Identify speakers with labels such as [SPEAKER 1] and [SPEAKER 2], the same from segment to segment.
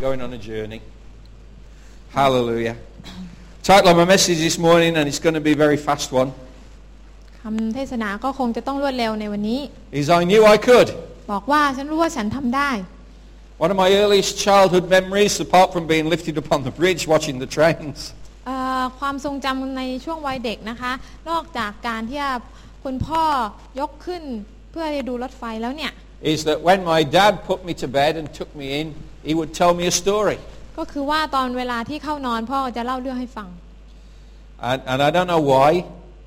[SPEAKER 1] going on a journey. Hallelujah. Title of my message this morning, and it's going to be a very fast one,
[SPEAKER 2] คำเทศนาก็คงจะต้องรวดเร็วในวันนี้
[SPEAKER 1] is I Knew I Could.
[SPEAKER 2] บอกว่าฉันรู้ว่าฉันทำได้
[SPEAKER 1] One of my earliest childhood memories, apart from being lifted up on the bridge watching the trains,
[SPEAKER 2] เอ่อความทรงจำในช่วงวัยเด็กนะคะ นอกจากการที่คุณพ่อยกขึ้นเพื่อจะดูรถไฟแล้วเนี่ย
[SPEAKER 1] is that when my dad put me to bed and took me in, he would tell me a story.
[SPEAKER 2] ก็คือว่าตอนเวลาที่เข้านอนพ่อจะเล่าเรื่องให้ฟัง
[SPEAKER 1] And, and I don't know why,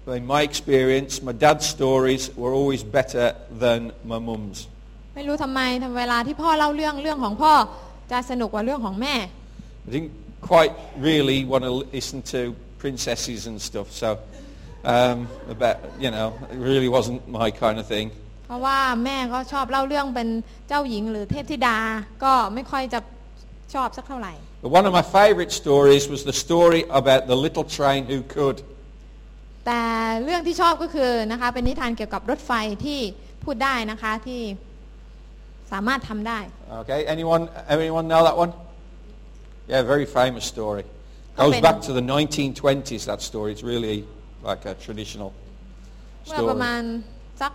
[SPEAKER 1] but in my experience, my dad's stories were always better than my mum's.
[SPEAKER 2] ไม่รู้ทำไมทำเวลาที่พ่อเล่าเรื่องเรื่องของพ่อจะสนุกกว่าเรื่องของแม่
[SPEAKER 1] I didn't quite really want to listen to princesses and stuff, so um, about, you know, it really wasn't my kind of thing.
[SPEAKER 2] เพราะว่าแม่ก็ชอบเล่าเรื่องเป็นเจ้าหญิงหรือเทพธิดา ก็ไม่ค่อยจะชอบสักเท่าไหร่
[SPEAKER 1] But one of my favourite stories was the story about the little train who could.
[SPEAKER 2] แต่เรื่องที่ชอบก็คือนะคะเป็นนิทานเกี่ยวกับรถไฟที่พูดได้นะคะที่สามารถทำได้
[SPEAKER 1] Okay, anyone, anyone know that one? Yeah, very famous story. Goes
[SPEAKER 2] Open.
[SPEAKER 1] back to the 1920s, that story. It's really like a traditional
[SPEAKER 2] เมื่อประมา
[SPEAKER 1] story.
[SPEAKER 2] ณสัก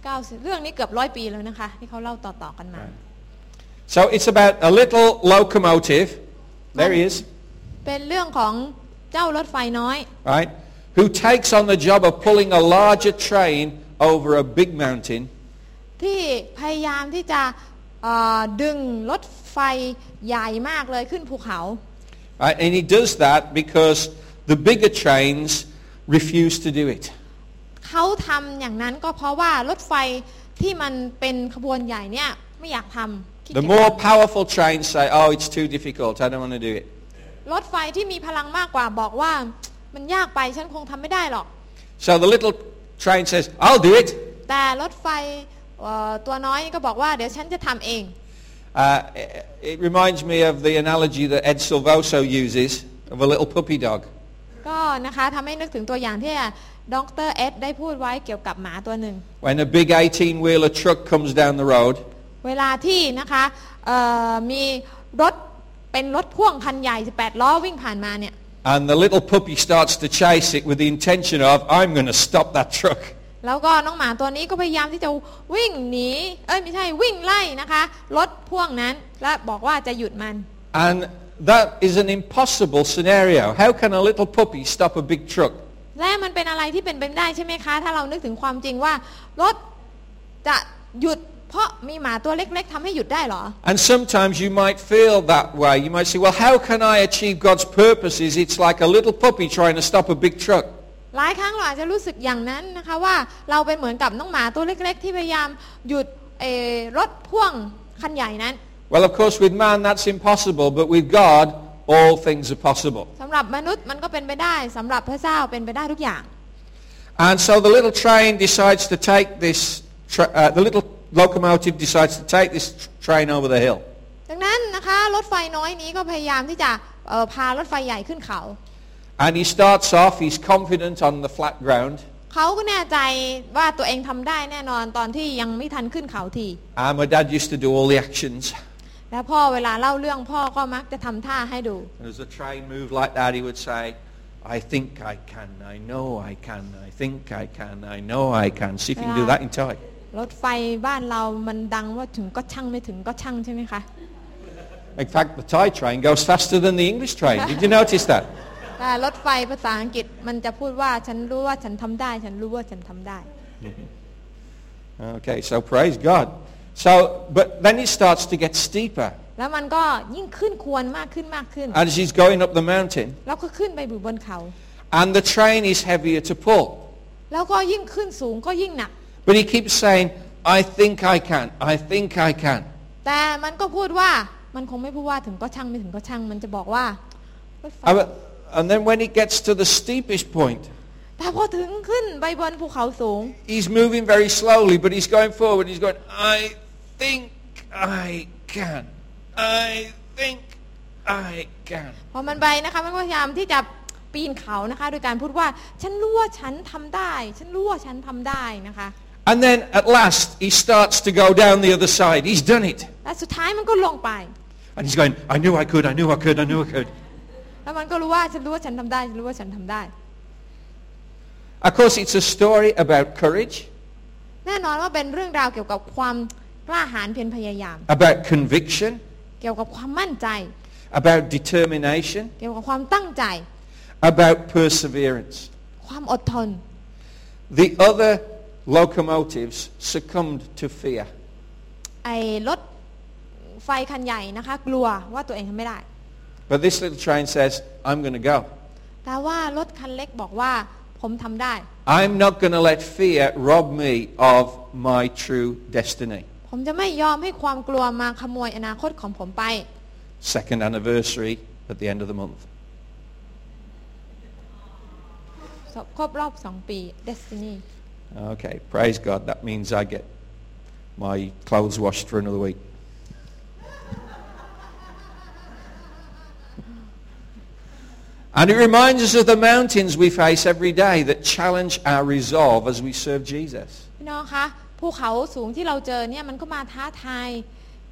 [SPEAKER 2] 90เรื่องนี้เกือบร้อยปีแล้วนะคะ ที่เขาเล่าต่อๆกันมา
[SPEAKER 1] So it's about a little locomotive, there he is,
[SPEAKER 2] เป็นเรื่องของเจ้ารถไฟน้อย
[SPEAKER 1] right, who takes on the job of pulling a larger train over a big mountain
[SPEAKER 2] ที่พยายามที่จะเอ่อดึงรถไฟใหญ่มากเลยขึ้นภูเขา
[SPEAKER 1] Right? And he does that because the bigger trains refuse to do it.
[SPEAKER 2] เขาทำอย่างนั้นก็เพราะว่ารถไฟที่มันเป็นขบวนใหญ่เนี่ยไม่อยากทำขี้เกี
[SPEAKER 1] The
[SPEAKER 2] ยจ
[SPEAKER 1] more powerful trains say, oh, it's too difficult. I don't want to do it.
[SPEAKER 2] รถไฟที่มีพลังมากกว่าบอกว่า มันยากไปฉันคงทำไม่ได้หรอก
[SPEAKER 1] So the little train says, I'll do it.
[SPEAKER 2] แต่รถไฟเอ่อตัวน้อยก็บอกว่าเดี๋ยวฉันจะทำเอง
[SPEAKER 1] Uh, it, it reminds me of the analogy that Ed Silvoso uses of a little puppy dog.
[SPEAKER 2] ก็นะคะทำให้นึกถึงตัวอย่างที่ดรเอ็ดได้พูดไว้เกี่ยวกับหมาตัวหนึ่ง
[SPEAKER 1] When a big 18-wheeler truck comes down the road,
[SPEAKER 2] เวลาที่นะคะเอ่อมีรถเป็นรถพ่วงคันใหญ่ 18 ล้อวิ่งผ่านมาเนี่ย
[SPEAKER 1] and the little puppy starts to chase it with the intention of, I'm going to stop that truck.
[SPEAKER 2] แล้วก็น้องหมาตัวนี้ก็พยายามที่จะวิ่งหนีเอ้ยไม่ใช่วิ่งไล่นะคะรถพ่วงนั้นและบอกว่าจะหยุดมัน
[SPEAKER 1] And that is an impossible scenario. How can a little puppy stop a big truck?
[SPEAKER 2] และมันเป็นอะไรที่เป็นไปไม่ได้ใช่ไหมคะ ถ้าเรานึกถึงความจริงว่า รถจะหยุดเพราะมีหมาตัวเล็ก ๆทำให้หยุดได้เหรอ
[SPEAKER 1] And sometimes you might feel that way. You might say, well, how can I achieve God's purposes? It's like a little puppy trying to stop a big truck.
[SPEAKER 2] หลายครั้งเราอาจจะรู้สึกอย่างนั้นนะคะว่าเราเป็นเหมือนกับน้องหมาตัวเล็ก ๆ ที่พยายามหยุดเอ่อรถพ่วงคันใหญ่นั้น
[SPEAKER 1] Well, of course, with man that's impossible, but with God, all things are possible.
[SPEAKER 2] สำหรับมนุษย์มันก็เป็นไปได้สำหรับพระเจ้าเป็นไปได้ทุกอย่าง
[SPEAKER 1] And so the little train decides to take this, tra- uh, the little locomotive decides to take this tr- train over the hill.
[SPEAKER 2] ดังนั้นนะคะรถไฟน้อยนี้ก็พยายามที่จะเอ่อพารถไฟใหญ่ขึ้นเขา
[SPEAKER 1] And he starts off, he's confident on the flat ground.
[SPEAKER 2] เขาก็แน่ใจว่าตัวเองทำได้แน่นอนตอนที่ยังไม่ทันขึ้นเขาที
[SPEAKER 1] And Ah, my dad used to do all the actions.
[SPEAKER 2] แล้วพ่อเวลาเล่าเรื่องพ่อก็มักจะทำท่าให้ดู
[SPEAKER 1] And as the train moved like that, he would say, I think I can, I know I can, I think I can, I know I can. See if you can do
[SPEAKER 2] Yeah.
[SPEAKER 1] that in time.
[SPEAKER 2] รถไฟบ้านเรามันดังว่าถึงก็ช่างไม่ถึงก็ช่างใช่ไหมคะ
[SPEAKER 1] In fact, the Thai train goes faster than the English train. Did you notice that?
[SPEAKER 2] แต่รถไฟภาษาอังกฤษมันจะพูดว่าฉันรู้ว่าฉันทำได้ ฉันรู้ว่าฉันทำได้
[SPEAKER 1] Okay, so praise God. So, but then it starts to get steeper
[SPEAKER 2] แล้วมันก็ยิ่งขึ้นควรมากขึ้นมากขึ้น
[SPEAKER 1] as he's going up the mountain.
[SPEAKER 2] แล้วก็ขึ้นไปอยู่บนเขา
[SPEAKER 1] And the train is heavier to pull.
[SPEAKER 2] แล้วก็ยิ่งขึ้นสูงก็ยิ่งหนัก
[SPEAKER 1] But he keeps saying, I think I can, I think I can.
[SPEAKER 2] แต่มันก็พูดว่ามันคงไม่พูดว่าถึงก็ช่างไม่ถึงก็ช่าง มันจะบอกว่ารถไฟ
[SPEAKER 1] And- And then when it gets to the steepest point,
[SPEAKER 2] แต่พอถึงขึ้นไปบนภูเขาสูง
[SPEAKER 1] he's moving very slowly, but he's going forward. He's going, I think I can. I think I can.
[SPEAKER 2] พอมันไปนะคะมันก็พยายามที่จะปีนเขานะคะ โดยการพูดว่าฉันรู้ว่าฉันทำได้ ฉันรู้ว่าฉันทำได้นะคะ
[SPEAKER 1] And then at last, he starts to go down the other side. He's done it.
[SPEAKER 2] และสุดท้ายมันก็ลงไป
[SPEAKER 1] And he's going, I knew I could, I knew I could, I knew I could.
[SPEAKER 2] แล้วมันก็รู้ว่าฉันรู้ว่าฉันทำได้ฉันรู้ว่าฉันทำได้
[SPEAKER 1] Of course, it's a story about courage,
[SPEAKER 2] แน่นอนว่าเป็นเรื่องราวเกี่ยวกับความกล้าหาญเพียรพยายาม
[SPEAKER 1] about conviction,
[SPEAKER 2] เกี่ยวกับความมั่นใจ
[SPEAKER 1] about determination,
[SPEAKER 2] เกี่ยวกับความตั้งใจ
[SPEAKER 1] about perseverance.
[SPEAKER 2] ความอดทน
[SPEAKER 1] The other locomotives succumbed to fear.
[SPEAKER 2] ไอ้รถไฟคันใหญ่นะคะ กลัวว่าตัวเองทำไม่ได้
[SPEAKER 1] But this little train says, I'm going to go.
[SPEAKER 2] แต่ว่ารถคันเล็กบอกว่าผมทำได้
[SPEAKER 1] I'm not going to let fear rob me of my true destiny.
[SPEAKER 2] ผมจะไม่ยอมให้ความกลัวมาขโมยอนาคตของผมไป
[SPEAKER 1] Second anniversary at the end of the month.
[SPEAKER 2] ครบรอบ 2 ปี Destiny
[SPEAKER 1] Okay, praise God. That means I get my clothes washed for another week. 'And it reminds us of the mountains we face every day that challenge our resolve as we serve Jesus.
[SPEAKER 2] พี่น้องคะภูเขาสูงที่เราเจอเนี่ยมันก็มาท้าทาย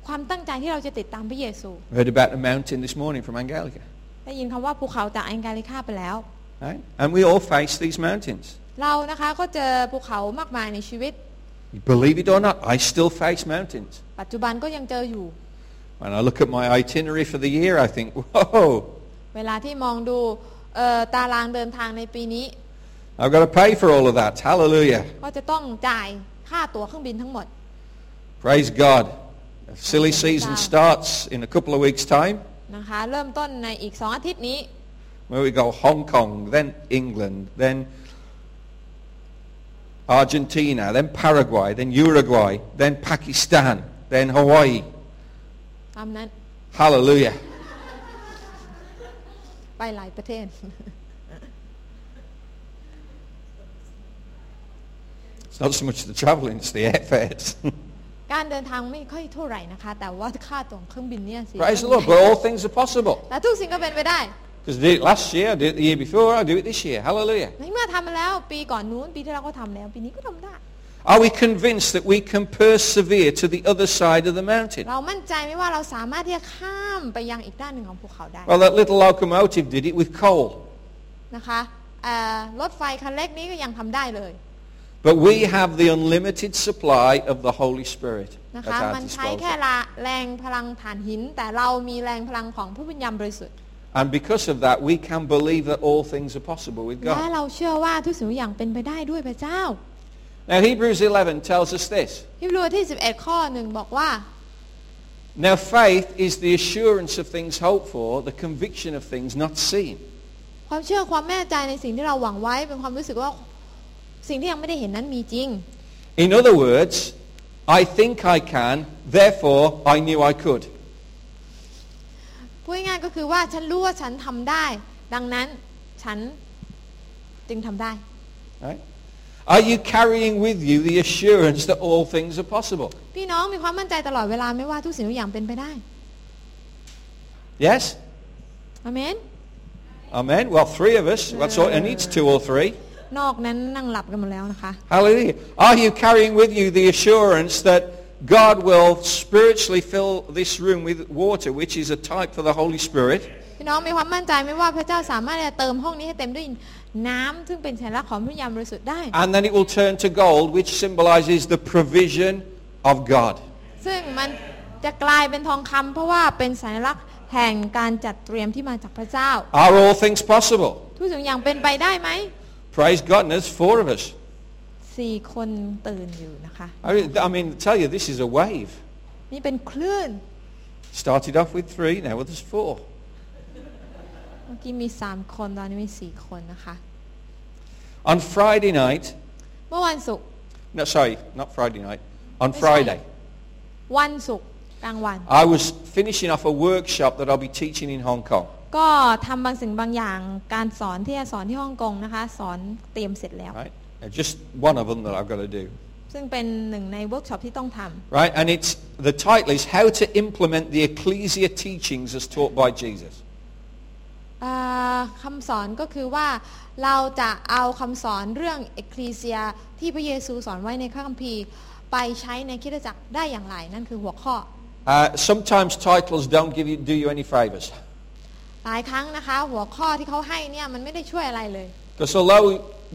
[SPEAKER 2] ความตั้งใจที่เราจะติดตามพระเยซู
[SPEAKER 1] I heard about a mountain this morning from Angelica.
[SPEAKER 2] ได้ยินคำว่าภูเขาจากแองกาลิคาไปแล้ว
[SPEAKER 1] Right? And we all face these mountains.
[SPEAKER 2] เรานะคะก็เจอภูเขามากมายในชีวิต
[SPEAKER 1] Believe it or not, I still face mountains.
[SPEAKER 2] ปัจจุบันก็ยังเจออยู่
[SPEAKER 1] When I look at my itinerary for the year, I think, whoa,
[SPEAKER 2] เวลาที่มองดูเอ่อตารางเดินทางในปีนี้
[SPEAKER 1] I've got to pay for all of that. Hallelujah.
[SPEAKER 2] ก็จะต้องจ่ายค่าตั๋วเครื่องบินทั้งหมด
[SPEAKER 1] Praise God. Silly season starts in a couple of weeks' time,
[SPEAKER 2] นะคะ เริ่มต้นในอีก 2 อาทิตย์นี้
[SPEAKER 1] where we go Hong Kong, then England, then Argentina, then Paraguay, then Uruguay, then Pakistan, then Hawaii.
[SPEAKER 2] ตามนั้น
[SPEAKER 1] Hallelujah.
[SPEAKER 2] ไปหลายประเทศ
[SPEAKER 1] It's not so much the travelling, it's the airfares.
[SPEAKER 2] การเดินทางไม่ค่อยเท่าไหร่นะคะ แต่ว่าค่าตั๋วเครื่องบินเนี่ยสิ
[SPEAKER 1] Praise the Lord. But all things are possible.
[SPEAKER 2] แต่ทุกสิ่งก็เป็นไปได้
[SPEAKER 1] Because I did it last year, I did it the year before, I do it this year. Hallelujah.
[SPEAKER 2] ในเมื่อทำมาแล้วปีก่อนนู้นปีที่เราก็ทำแล้ว ปีนี้ก็ทำได้
[SPEAKER 1] Are we convinced that we can persevere to the other side of the mountain?
[SPEAKER 2] เรามั่นใจไหมว่าเราสามารถที่จะข้ามไปยังอีกด้านหนึ่งของภูเขาได้
[SPEAKER 1] Well, that little locomotive did it with coal.
[SPEAKER 2] นะคะเอ่อรถไฟคันเล็กนี้ก็ยังทำได้เลย
[SPEAKER 1] But we have the unlimited supply of the Holy Spirit
[SPEAKER 2] นะ
[SPEAKER 1] at
[SPEAKER 2] คะ
[SPEAKER 1] our
[SPEAKER 2] มันใช้แค่
[SPEAKER 1] disposal.
[SPEAKER 2] ละแรงพลังฐานหิน แต่เรามีแรงพลังของผู้วิญญาณบริสุทธิ์
[SPEAKER 1] And because of that, we can believe that all things are possible with
[SPEAKER 2] และ
[SPEAKER 1] God.
[SPEAKER 2] เราเชื่อว่าทุกสิ่งทุกอย่างเป็นไปได้ด้วยพระเจ้า
[SPEAKER 1] Now, Hebrews 11 tells us this.
[SPEAKER 2] ฮิบรูที่ 11 ข้อหนึ่งบอกว่า
[SPEAKER 1] Now, faith is the assurance of things hoped for, the conviction of things not seen.
[SPEAKER 2] ความเชื่อความแน่ใจในสิ่งที่เราหวังไว้เป็นความรู้สึกว่าสิ่งที่ยังไม่ได้เห็นนั้นมีจริง
[SPEAKER 1] In other words, I think I can, therefore I knew I could.
[SPEAKER 2] พูดง่ายๆก็คือว่าฉันรู้ว่าฉันทำได้ ดังนั้นฉันจึงทำได้
[SPEAKER 1] Right? Are you carrying with you the assurance that all things are possible?
[SPEAKER 2] พี่น้องมีความมั่นใจตลอดเวลาไหม่ว่าทุกสิ่งทุกอย่างเป็นไปได้
[SPEAKER 1] Yes?
[SPEAKER 2] อาเมน
[SPEAKER 1] Amen. Well, three of us. That's all. It needs two or three.
[SPEAKER 2] นอกนั้นนั่งหลับกันหมดแล้วนะคะ
[SPEAKER 1] Hallelujah. Are you carrying with you the assurance that God will spiritually fill this room with water, which is a type for the Holy Spirit,
[SPEAKER 2] พี่น้องมีความมั่นใจไหมว่าพระเจ้าสามารถที่จะเติมห้องนี้ให้เต็มด้วยน้ำซึ่งเป็นสัญลักษณ์ของพระยามบริสุทธิ์ได้
[SPEAKER 1] and then it will turn to gold, which symbolizes the provision of God?
[SPEAKER 2] ซึ่งมันจะกลายเป็นทองคำเพราะว่าเป็นสัญลักษณ์แห่งการจัดเตรียมที่มาจากพระเจ้า
[SPEAKER 1] Are all things possible?
[SPEAKER 2] ทุกสิ่งทุกอย่างเป็นไปได้ไหม
[SPEAKER 1] Praise God. And there's four of us.
[SPEAKER 2] สี่คนตื่นอยู่นะคะ
[SPEAKER 1] I mean, I mean, tell you, this is a wave.
[SPEAKER 2] นี่เป็นคลื่น
[SPEAKER 1] Started off with three, now there's four.
[SPEAKER 2] เมื่อกี้มีสามคนตอนนี้มีสี่คนนะคะ
[SPEAKER 1] On Friday night,
[SPEAKER 2] เมื่อวันศุกร์
[SPEAKER 1] no, sorry, not Friday night, on
[SPEAKER 2] That's
[SPEAKER 1] Friday,
[SPEAKER 2] right. วันศุกร์กลางวัน
[SPEAKER 1] I was finishing off a workshop that I'll be teaching in Hong Kong.
[SPEAKER 2] ก็ทำบางสิ่งบางอย่างการสอนที่จะสอนที่ฮ่องกงนะคะ สอนเตรียมเสร็จแล้ว
[SPEAKER 1] right? Uh, Just one of them that I've got to do,
[SPEAKER 2] ซึ่งเป็นหนึ่งในเวิร์กช็อปที่ต้องทำ
[SPEAKER 1] right? And it's the title is "How to Implement the Ecclesia Teachings as Taught by Jesus."
[SPEAKER 2] เอ่อคำสอนก็คือว่าเราจะเอาคำสอนเรื่องเอคลีเซียที่พระเยซูสอนไว้ในข้าคัมภีร์ ไปใช้ในคริดจักรได้อย่างไร นั่นคือหัวข้อ
[SPEAKER 1] Uh, sometimes titles don't give you, do you any favors.
[SPEAKER 2] หลายครั้งนะคะ หัวข้อที่เขาให้เนี่ยมันไม่ได้ช่วยอะไรเลย
[SPEAKER 1] Because although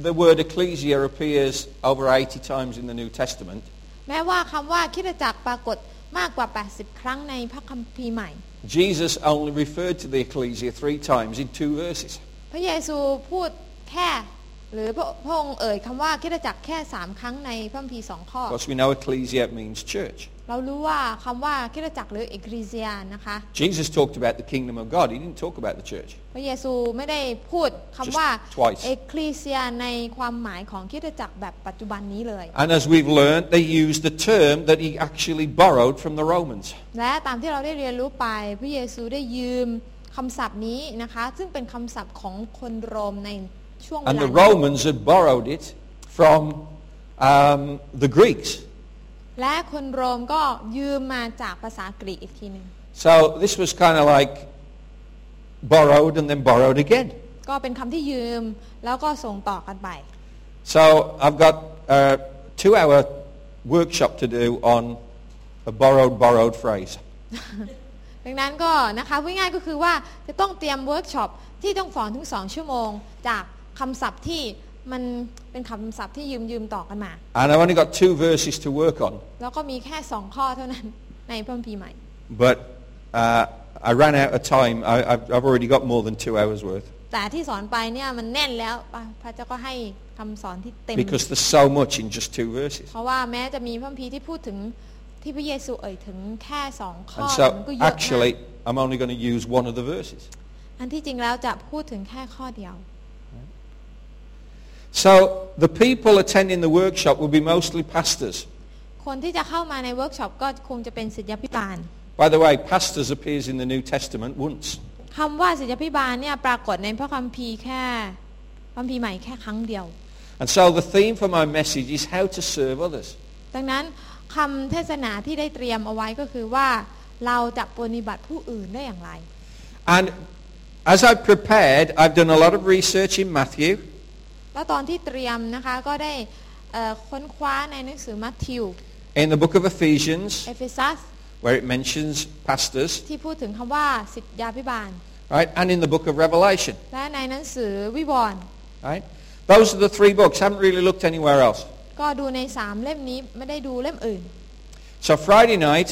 [SPEAKER 1] the word ecclesia appears over 80 times in the New Testament,
[SPEAKER 2] แม้ว่าคำว่าคริดจักรปรากฏมากกว่า 80 ครั้งในพระคัมภีร์ใหม่
[SPEAKER 1] Jesus only referred to the ecclesia three times in two verses.
[SPEAKER 2] พระเยซูพูดแค่ หรือพระพระองค์เอ่ยคำว่าคริดจักรแค่ 3 ครั้งในพระคัมภีร์สองข้อ
[SPEAKER 1] Because we know ecclesia means church.
[SPEAKER 2] เรารู้ว่าคำว่าคริดจักรหรือเอกริเซียนะคะ
[SPEAKER 1] Jesus talked about the kingdom of God. He didn't talk about the church.
[SPEAKER 2] พระเยซูไม่ได้พูดคำว่า
[SPEAKER 1] Just twice.
[SPEAKER 2] เอกริเซียในความหมายของคริดจักรแบบปัจจุบันนี้เลย
[SPEAKER 1] And as we've learned, they used the term that he actually borrowed from the Romans.
[SPEAKER 2] และตามที่เราได้เรียนรู้ไป พระเยซูได้ยืมคำศัพท์นี้นะคะ ซึ่งเป็นคำศัพท์ของคนโรมในช่วงเว
[SPEAKER 1] And the
[SPEAKER 2] ลานั้น
[SPEAKER 1] Romans had borrowed it from um, the Greeks.
[SPEAKER 2] และคนโรมก็ยืมมาจากภาษากรีกอีกทีหนึ่ง
[SPEAKER 1] So this was kind of like borrowed and then borrowed again.
[SPEAKER 2] ก็เป็นคำที่ยืมแล้วก็ส่งต่อกันไป
[SPEAKER 1] So I've got a two-hour workshop to do on a borrowed, borrowed phrase.
[SPEAKER 2] ดังนั้นก็นะคะพูดง่ายๆก็คือว่าจะต้องเตรียมเวิร์กช็อปที่ต้องสอนถึงสองชั่วโมง จากคำศัพท์ที่มันเป็นคำศัพท์ที่ยืมยืมๆต่อกันมา
[SPEAKER 1] And I've only got two verses to work on.
[SPEAKER 2] แล้วก็มีแค่สองข้อเท่านั้น ในพระคัมภีร์ใหม่
[SPEAKER 1] But uh, I ran out of time. I, I've, I've already got more than two hours worth
[SPEAKER 2] แต่ที่สอนไปเนี่ยมันแน่นแล้วป่ะพระเจ้าก็ให้คำสอนที่เต็ม
[SPEAKER 1] because there's so much in just two verses.
[SPEAKER 2] เพราะว่าแม้จะมีพระคัมภีร์ที่พูดถึงที่พระเยซูเอ่ยถึงแค่สองข้อ
[SPEAKER 1] And
[SPEAKER 2] แต่มัน
[SPEAKER 1] so
[SPEAKER 2] ก็เยอะมาก
[SPEAKER 1] actually, I'm only going to use one of the verses.
[SPEAKER 2] อันที่จริงแล้วจะพูดถึงแค่ข้อเดียว
[SPEAKER 1] So the people attending the workshop will be mostly pastors.
[SPEAKER 2] คนที่จะเข้ามาในเวิร์กช็อปก็คงจะเป็นศิษยาภิบาล
[SPEAKER 1] By the way, pastors appears in the New Testament once.
[SPEAKER 2] คำว่าศิษยาภิบาลเนี่ยปรากฏในพระคัมภีร์แค่พระคัมภีร์ใหม่แค่ครั้งเดียว
[SPEAKER 1] And so the theme for my message is how to serve others.
[SPEAKER 2] ดังนั้นคำเทศนาที่ได้เตรียมเอาไว้ก็คือว่าเราจะปฏิบัติผู้อื่นได้อย่างไร
[SPEAKER 1] And as I've prepared, I've done a lot of research in Matthew.
[SPEAKER 2] แล้วตอนที่เตรียมนะคะก็ได้เอ่อค้นคว้าในหนังสือมัทธิว
[SPEAKER 1] In the book of Ephesians,
[SPEAKER 2] เอเฟซัส
[SPEAKER 1] where it mentions pastors,
[SPEAKER 2] ที่พูดถึงคำว่าศิษยาภิบาล
[SPEAKER 1] right? And in the book of Revelation,
[SPEAKER 2] และในหนังสือวิวรณ์
[SPEAKER 1] right? Those are the three books. haven't really looked anywhere else.
[SPEAKER 2] ก็ดูในสามเล่มนี้ไม่ได้ดูเล่มอื่น
[SPEAKER 1] So Friday night,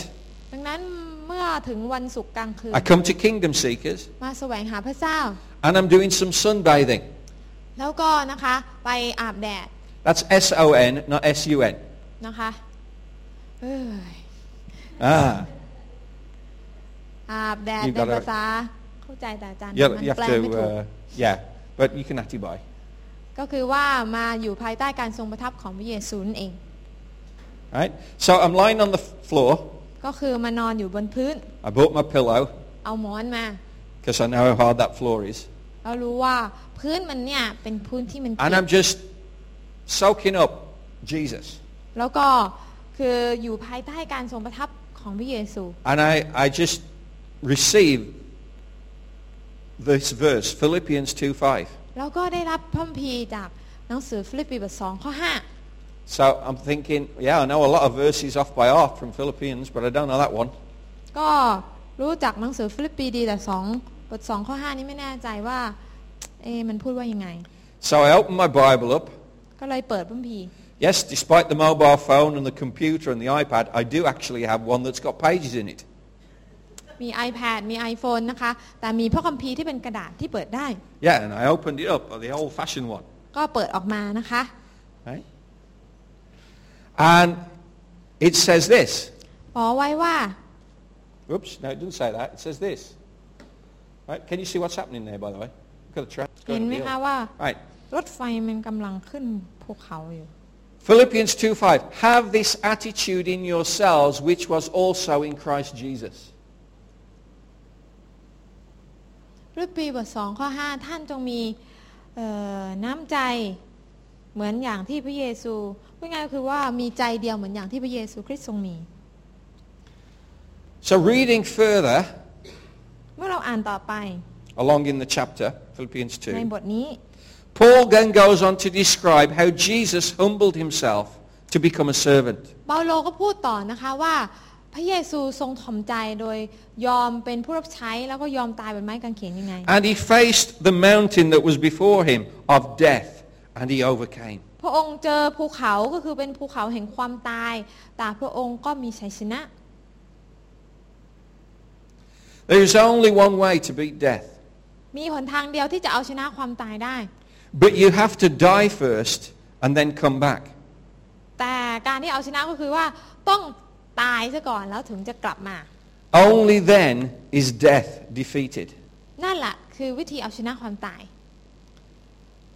[SPEAKER 2] ดังนั้นเมื่อถึงวันศุกร์กลางคืน
[SPEAKER 1] I come to Kingdom Seekers
[SPEAKER 2] มาแสวงหาพระเจ้า
[SPEAKER 1] and I'm doing some sunbathing.
[SPEAKER 2] แล้วก็นะคะไปอาบแดด
[SPEAKER 1] That's S-O-N, not S-U-N.
[SPEAKER 2] นะคะเอ้ย
[SPEAKER 1] Ah,
[SPEAKER 2] อาบแดด
[SPEAKER 1] You've
[SPEAKER 2] ใน
[SPEAKER 1] got a-
[SPEAKER 2] ภาษาเข้าใจแต่อาจารย์
[SPEAKER 1] you,
[SPEAKER 2] มัน
[SPEAKER 1] you have
[SPEAKER 2] แปลไม่
[SPEAKER 1] to,
[SPEAKER 2] ถูก
[SPEAKER 1] uh, yeah, but you can actually buy.
[SPEAKER 2] ก็คือว่ามาอยู่ภายใต้การทรงประทับของพระเยซูนั่นเอง
[SPEAKER 1] Right? So I'm lying on the f- floor.
[SPEAKER 2] ก็คือมานอนอยู่บนพื้น
[SPEAKER 1] I bought my pillow
[SPEAKER 2] เอาหมอนมา
[SPEAKER 1] because I know how hard that floor is.
[SPEAKER 2] เรารู้ว่าพื้นมันเนี่ยเป็นพื้นที่มันเปีย
[SPEAKER 1] And I'm
[SPEAKER 2] ก
[SPEAKER 1] just soaking up Jesus.
[SPEAKER 2] แล้วก็คืออยู่ภายใต้การทรงประทับของพระเยซู
[SPEAKER 1] And I, I just receive this verse, Philippians 2.5.
[SPEAKER 2] แล้วก็ได้รับพระคัมภีร์จากหนังสือฟิลิปปีบทสองข้อห้า
[SPEAKER 1] So I'm thinking, yeah, I know a lot of verses off by heart from Philippians, but I don't know that one.
[SPEAKER 2] ก็รู้จักหนังสือฟิลิปปีดีแต่สองบทสองข้อห้านี้ไม่แน่ใจว่า เอะมันพูดว่ายังไง
[SPEAKER 1] So I open my Bible up.
[SPEAKER 2] ก็เลยเปิดพระคัมภีร์
[SPEAKER 1] Yes, despite the mobile phone and the computer and the iPad, I do actually have one that's got pages in it.
[SPEAKER 2] มี iPad มี iPhone นะคะ แต่มีพระคัมภีร์ที่เป็นกระดาษที่เปิดได้
[SPEAKER 1] Yeah, and I opened it up, the old-fashioned one.
[SPEAKER 2] ก็เปิดออกมานะคะ
[SPEAKER 1] Right? And it says this.
[SPEAKER 2] อ๋อไว้ว่า
[SPEAKER 1] Oops, no, it doesn't say that. It says this. Right? Can you see what's happening there, by the way? Look at the track. It's
[SPEAKER 2] เห็
[SPEAKER 1] going
[SPEAKER 2] น
[SPEAKER 1] up
[SPEAKER 2] ไหม
[SPEAKER 1] the hill.
[SPEAKER 2] คะว่า
[SPEAKER 1] Right.
[SPEAKER 2] รถไฟมันกำลังขึ้นภูเขาอยู่
[SPEAKER 1] Philippians 2.5. Have this attitude in yourselves, which was also in Christ Jesus.
[SPEAKER 2] ฟิลิปปีบทสองข้อห้าท่านจงมีเอ่อน้ำใจเหมือนอย่างที่พระเยซูพูดง่ายๆก็คือว่ามีใจเดียวเหมือนอย่างที่พระเยซูคริสต์ทรงมี
[SPEAKER 1] So reading further
[SPEAKER 2] เมื่อเราอ่านต่อไป
[SPEAKER 1] along in the chapter, Philippians
[SPEAKER 2] ใน
[SPEAKER 1] 2,
[SPEAKER 2] บทนี้
[SPEAKER 1] Paul then goes on to describe how Jesus humbled himself to become a servant.
[SPEAKER 2] เปาโลก็พูดต่อนะคะว่า พระเยซูทรงถ่อมใจโดยยอมเป็นผู้รับใช้แล้วก็ยอมตายบนไม้กางเขนยังไง
[SPEAKER 1] And he faced the mountain that was before him of death, and he overcame.
[SPEAKER 2] พระองค์เจอภูเขาก็คือเป็นภูเขาแห่งความตาย แต่พระองค์ก็มีชัยชนะ
[SPEAKER 1] There is only one way to beat death.
[SPEAKER 2] มีหนทางเดียวที่จะเอาชนะความตายได้
[SPEAKER 1] But you have to die first and then come back.
[SPEAKER 2] แต่การที่เอาชนะก็คือว่าต้องตายซะก่อนแล้วถึงจะกลับมา
[SPEAKER 1] Only then is death defeated.
[SPEAKER 2] นั่นแหละคือวิธีเอาชนะความตาย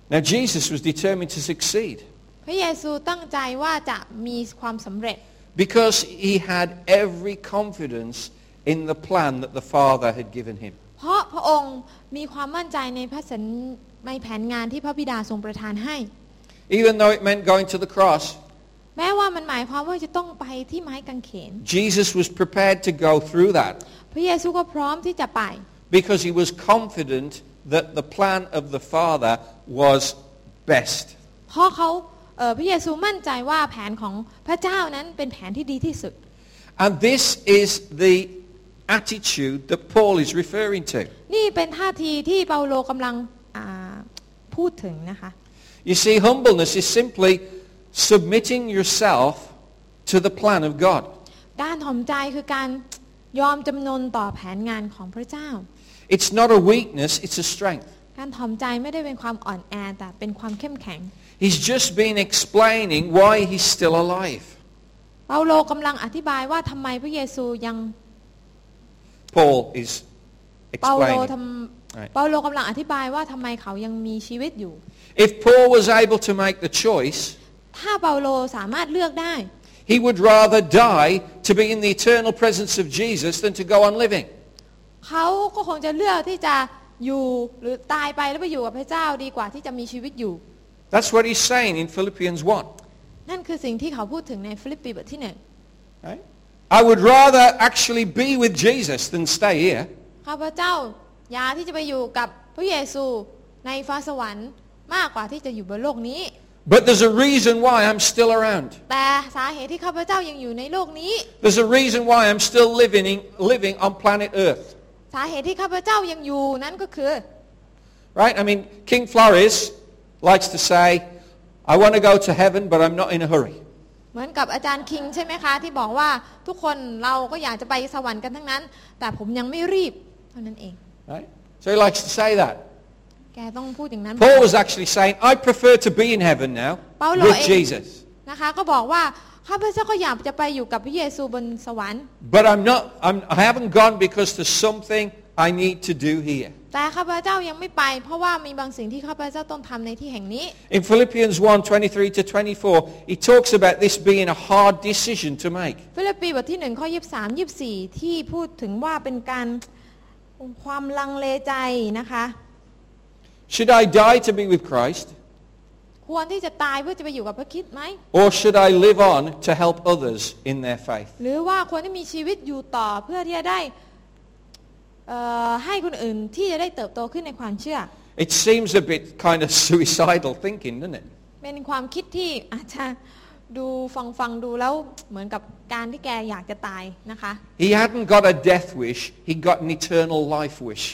[SPEAKER 1] Now Jesus was determined to succeed
[SPEAKER 2] พระเยซูตั้งใจว่าจะมีความสำเร็จ
[SPEAKER 1] because he had every confidence in the plan that the Father had given him.
[SPEAKER 2] เพราะพระองค์มีความมั่นใจในพระสัญในแผนงานที่พระบิดาทรงประทานให้
[SPEAKER 1] Even though it meant going to the cross,
[SPEAKER 2] แม้ว่ามันหมายความว่าจะต้องไปที่ไม้กางเขน
[SPEAKER 1] Jesus was prepared to go through that
[SPEAKER 2] พระเยซูก็พร้อมที่จะไป
[SPEAKER 1] because he was confident that the plan of the Father was best.
[SPEAKER 2] เพราะเขาเอ่อพระเยซูมั่นใจว่าแผนของพระเจ้านั้นเป็นแผนที่ดีที่สุด
[SPEAKER 1] And this is the attitude that Paul is referring to.
[SPEAKER 2] นี่เป็นท่าทีที่เปาโลกำลังอ่าพูดถึงนะคะ
[SPEAKER 1] You see, humbleness is simply submitting yourself to the plan of God.
[SPEAKER 2] การถ่อมใจคือการยอมจำนนต่อแผนงานของพระเจ้า
[SPEAKER 1] It's not a weakness, it's a strength.
[SPEAKER 2] การถ่อมใจไม่ได้เป็นความอ่อนแอแต่เป็นความเข้มแข็ง
[SPEAKER 1] He's just been explaining why he's still alive.
[SPEAKER 2] เปาโลกำลังอธิบายว่าทำไมพระเยซูยัง
[SPEAKER 1] Paul is
[SPEAKER 2] เปาโล
[SPEAKER 1] explaining. ค
[SPEAKER 2] ท
[SPEAKER 1] รับ
[SPEAKER 2] ำเปาโลกำลังอธิบายว่าทำไมเขายังมีชีวิตอยู่
[SPEAKER 1] If Paul was able to make the choice,
[SPEAKER 2] ถ้าเปาโลสามารถเลือกได้
[SPEAKER 1] he would rather die to be in the eternal presence of Jesus than to go on living.
[SPEAKER 2] เขาก็คงจะเลือกที่จะอยู่หรือตายไปแล้วไปอยู่กับพระเจ้าดีกว่าที่จะมีชีวิตอยู่
[SPEAKER 1] That's what he's saying in Philippians 1.
[SPEAKER 2] นั่นคือสิ่งที่เขาพูดถึงในฟิลิปปีบทที่หนึ่ง
[SPEAKER 1] Right? I would rather actually be with Jesus than stay here.
[SPEAKER 2] ข้าพเจ้าอยากที่จะไปอยู่กับพระเยซูในฟ้าสวรรค์มากกว่าที่จะอยู่บนโลกนี้
[SPEAKER 1] But there's a reason why I'm still around.
[SPEAKER 2] แต่สาเหตุที่ข้าพเจ้ายังอยู่ในโลกนี้
[SPEAKER 1] There's a reason why I'm still living, in, living on planet Earth.
[SPEAKER 2] สาเหตุที่ข้าพเจ้ายังอยู่นั้นก็คือ
[SPEAKER 1] Right? I mean, King Floris likes to say, I want to go to heaven, but I'm not in a hurry.
[SPEAKER 2] เหมือนกับอาจารย์คิงใช่ไหมคะ ที่บอกว่าทุกคนเราก็อยากจะไปสวรรค์กันทั้งนั้น แต่ผมยังไม่รีบเท่านั้นเอง
[SPEAKER 1] Right? So he likes to say that.
[SPEAKER 2] แกต้องพูดอย่างนั้น
[SPEAKER 1] Paul was actually saying, I prefer to be in heaven now
[SPEAKER 2] Paolo
[SPEAKER 1] with
[SPEAKER 2] è-
[SPEAKER 1] Jesus.
[SPEAKER 2] นะคะก็บอกว่าข้าพเจ้าก็อยากจะไปอยู่กับพระเยซูบนสวรรค์
[SPEAKER 1] But I'm not, I'm, I haven't gone because there's something I need to do here.
[SPEAKER 2] แต่ข้าพเจ้ายังไม่ไป เพราะว่ามีบางสิ่งที่ข้าพเจ้าต้องทำในที่แห่งนี้
[SPEAKER 1] In Philippians 1, 23 to 24, he talks about this being a hard decision to make.
[SPEAKER 2] ฟิลิปปีบทที่1ข้อ23 24 ที่พูดถึงว่าเป็นการความลังเลใจนะคะ
[SPEAKER 1] Should I die to be with Christ?
[SPEAKER 2] ควรที่จะตายเพื่อจะไปอยู่กับพระคริดไหม
[SPEAKER 1] Or should I live on to help others in their faith?
[SPEAKER 2] หรือว่าควรที่มีชีวิตอยู่ต่อเพื่อที่จะได้เอ่อให้คนอื่นที่จะได้เติบโตขึ้นในความเชื่อ
[SPEAKER 1] It seems a bit kind of suicidal thinking, doesn't it?
[SPEAKER 2] เป็นความคิดที่อาจจะดูฟังฟังๆดูแล้วเหมือนกับการที่แกอยากจะตายนะคะ
[SPEAKER 1] He hadn't got a death wish, he got an eternal life wish.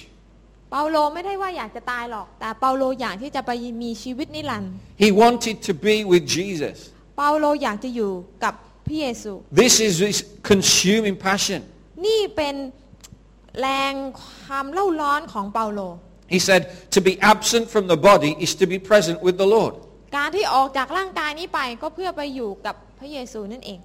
[SPEAKER 2] เปาโลไม่ได้ว่าอยากจะตายหรอก แต่เปาโลอยากที่จะไปมีชีวิตนิรันดร์
[SPEAKER 1] He wanted to be with Jesus.
[SPEAKER 2] เปาโลอยากจะอยู่กับพระเยซู
[SPEAKER 1] This is his consuming passion.
[SPEAKER 2] นี่เป็นแรงความเล่าร้อนของเปาโล
[SPEAKER 1] He said, to be absent from the body is to be present with the Lord.
[SPEAKER 2] การที่ออกจากร่างกายนี้ไปก็เพื่อไปอยู่กับพระเยซูนั่นเอง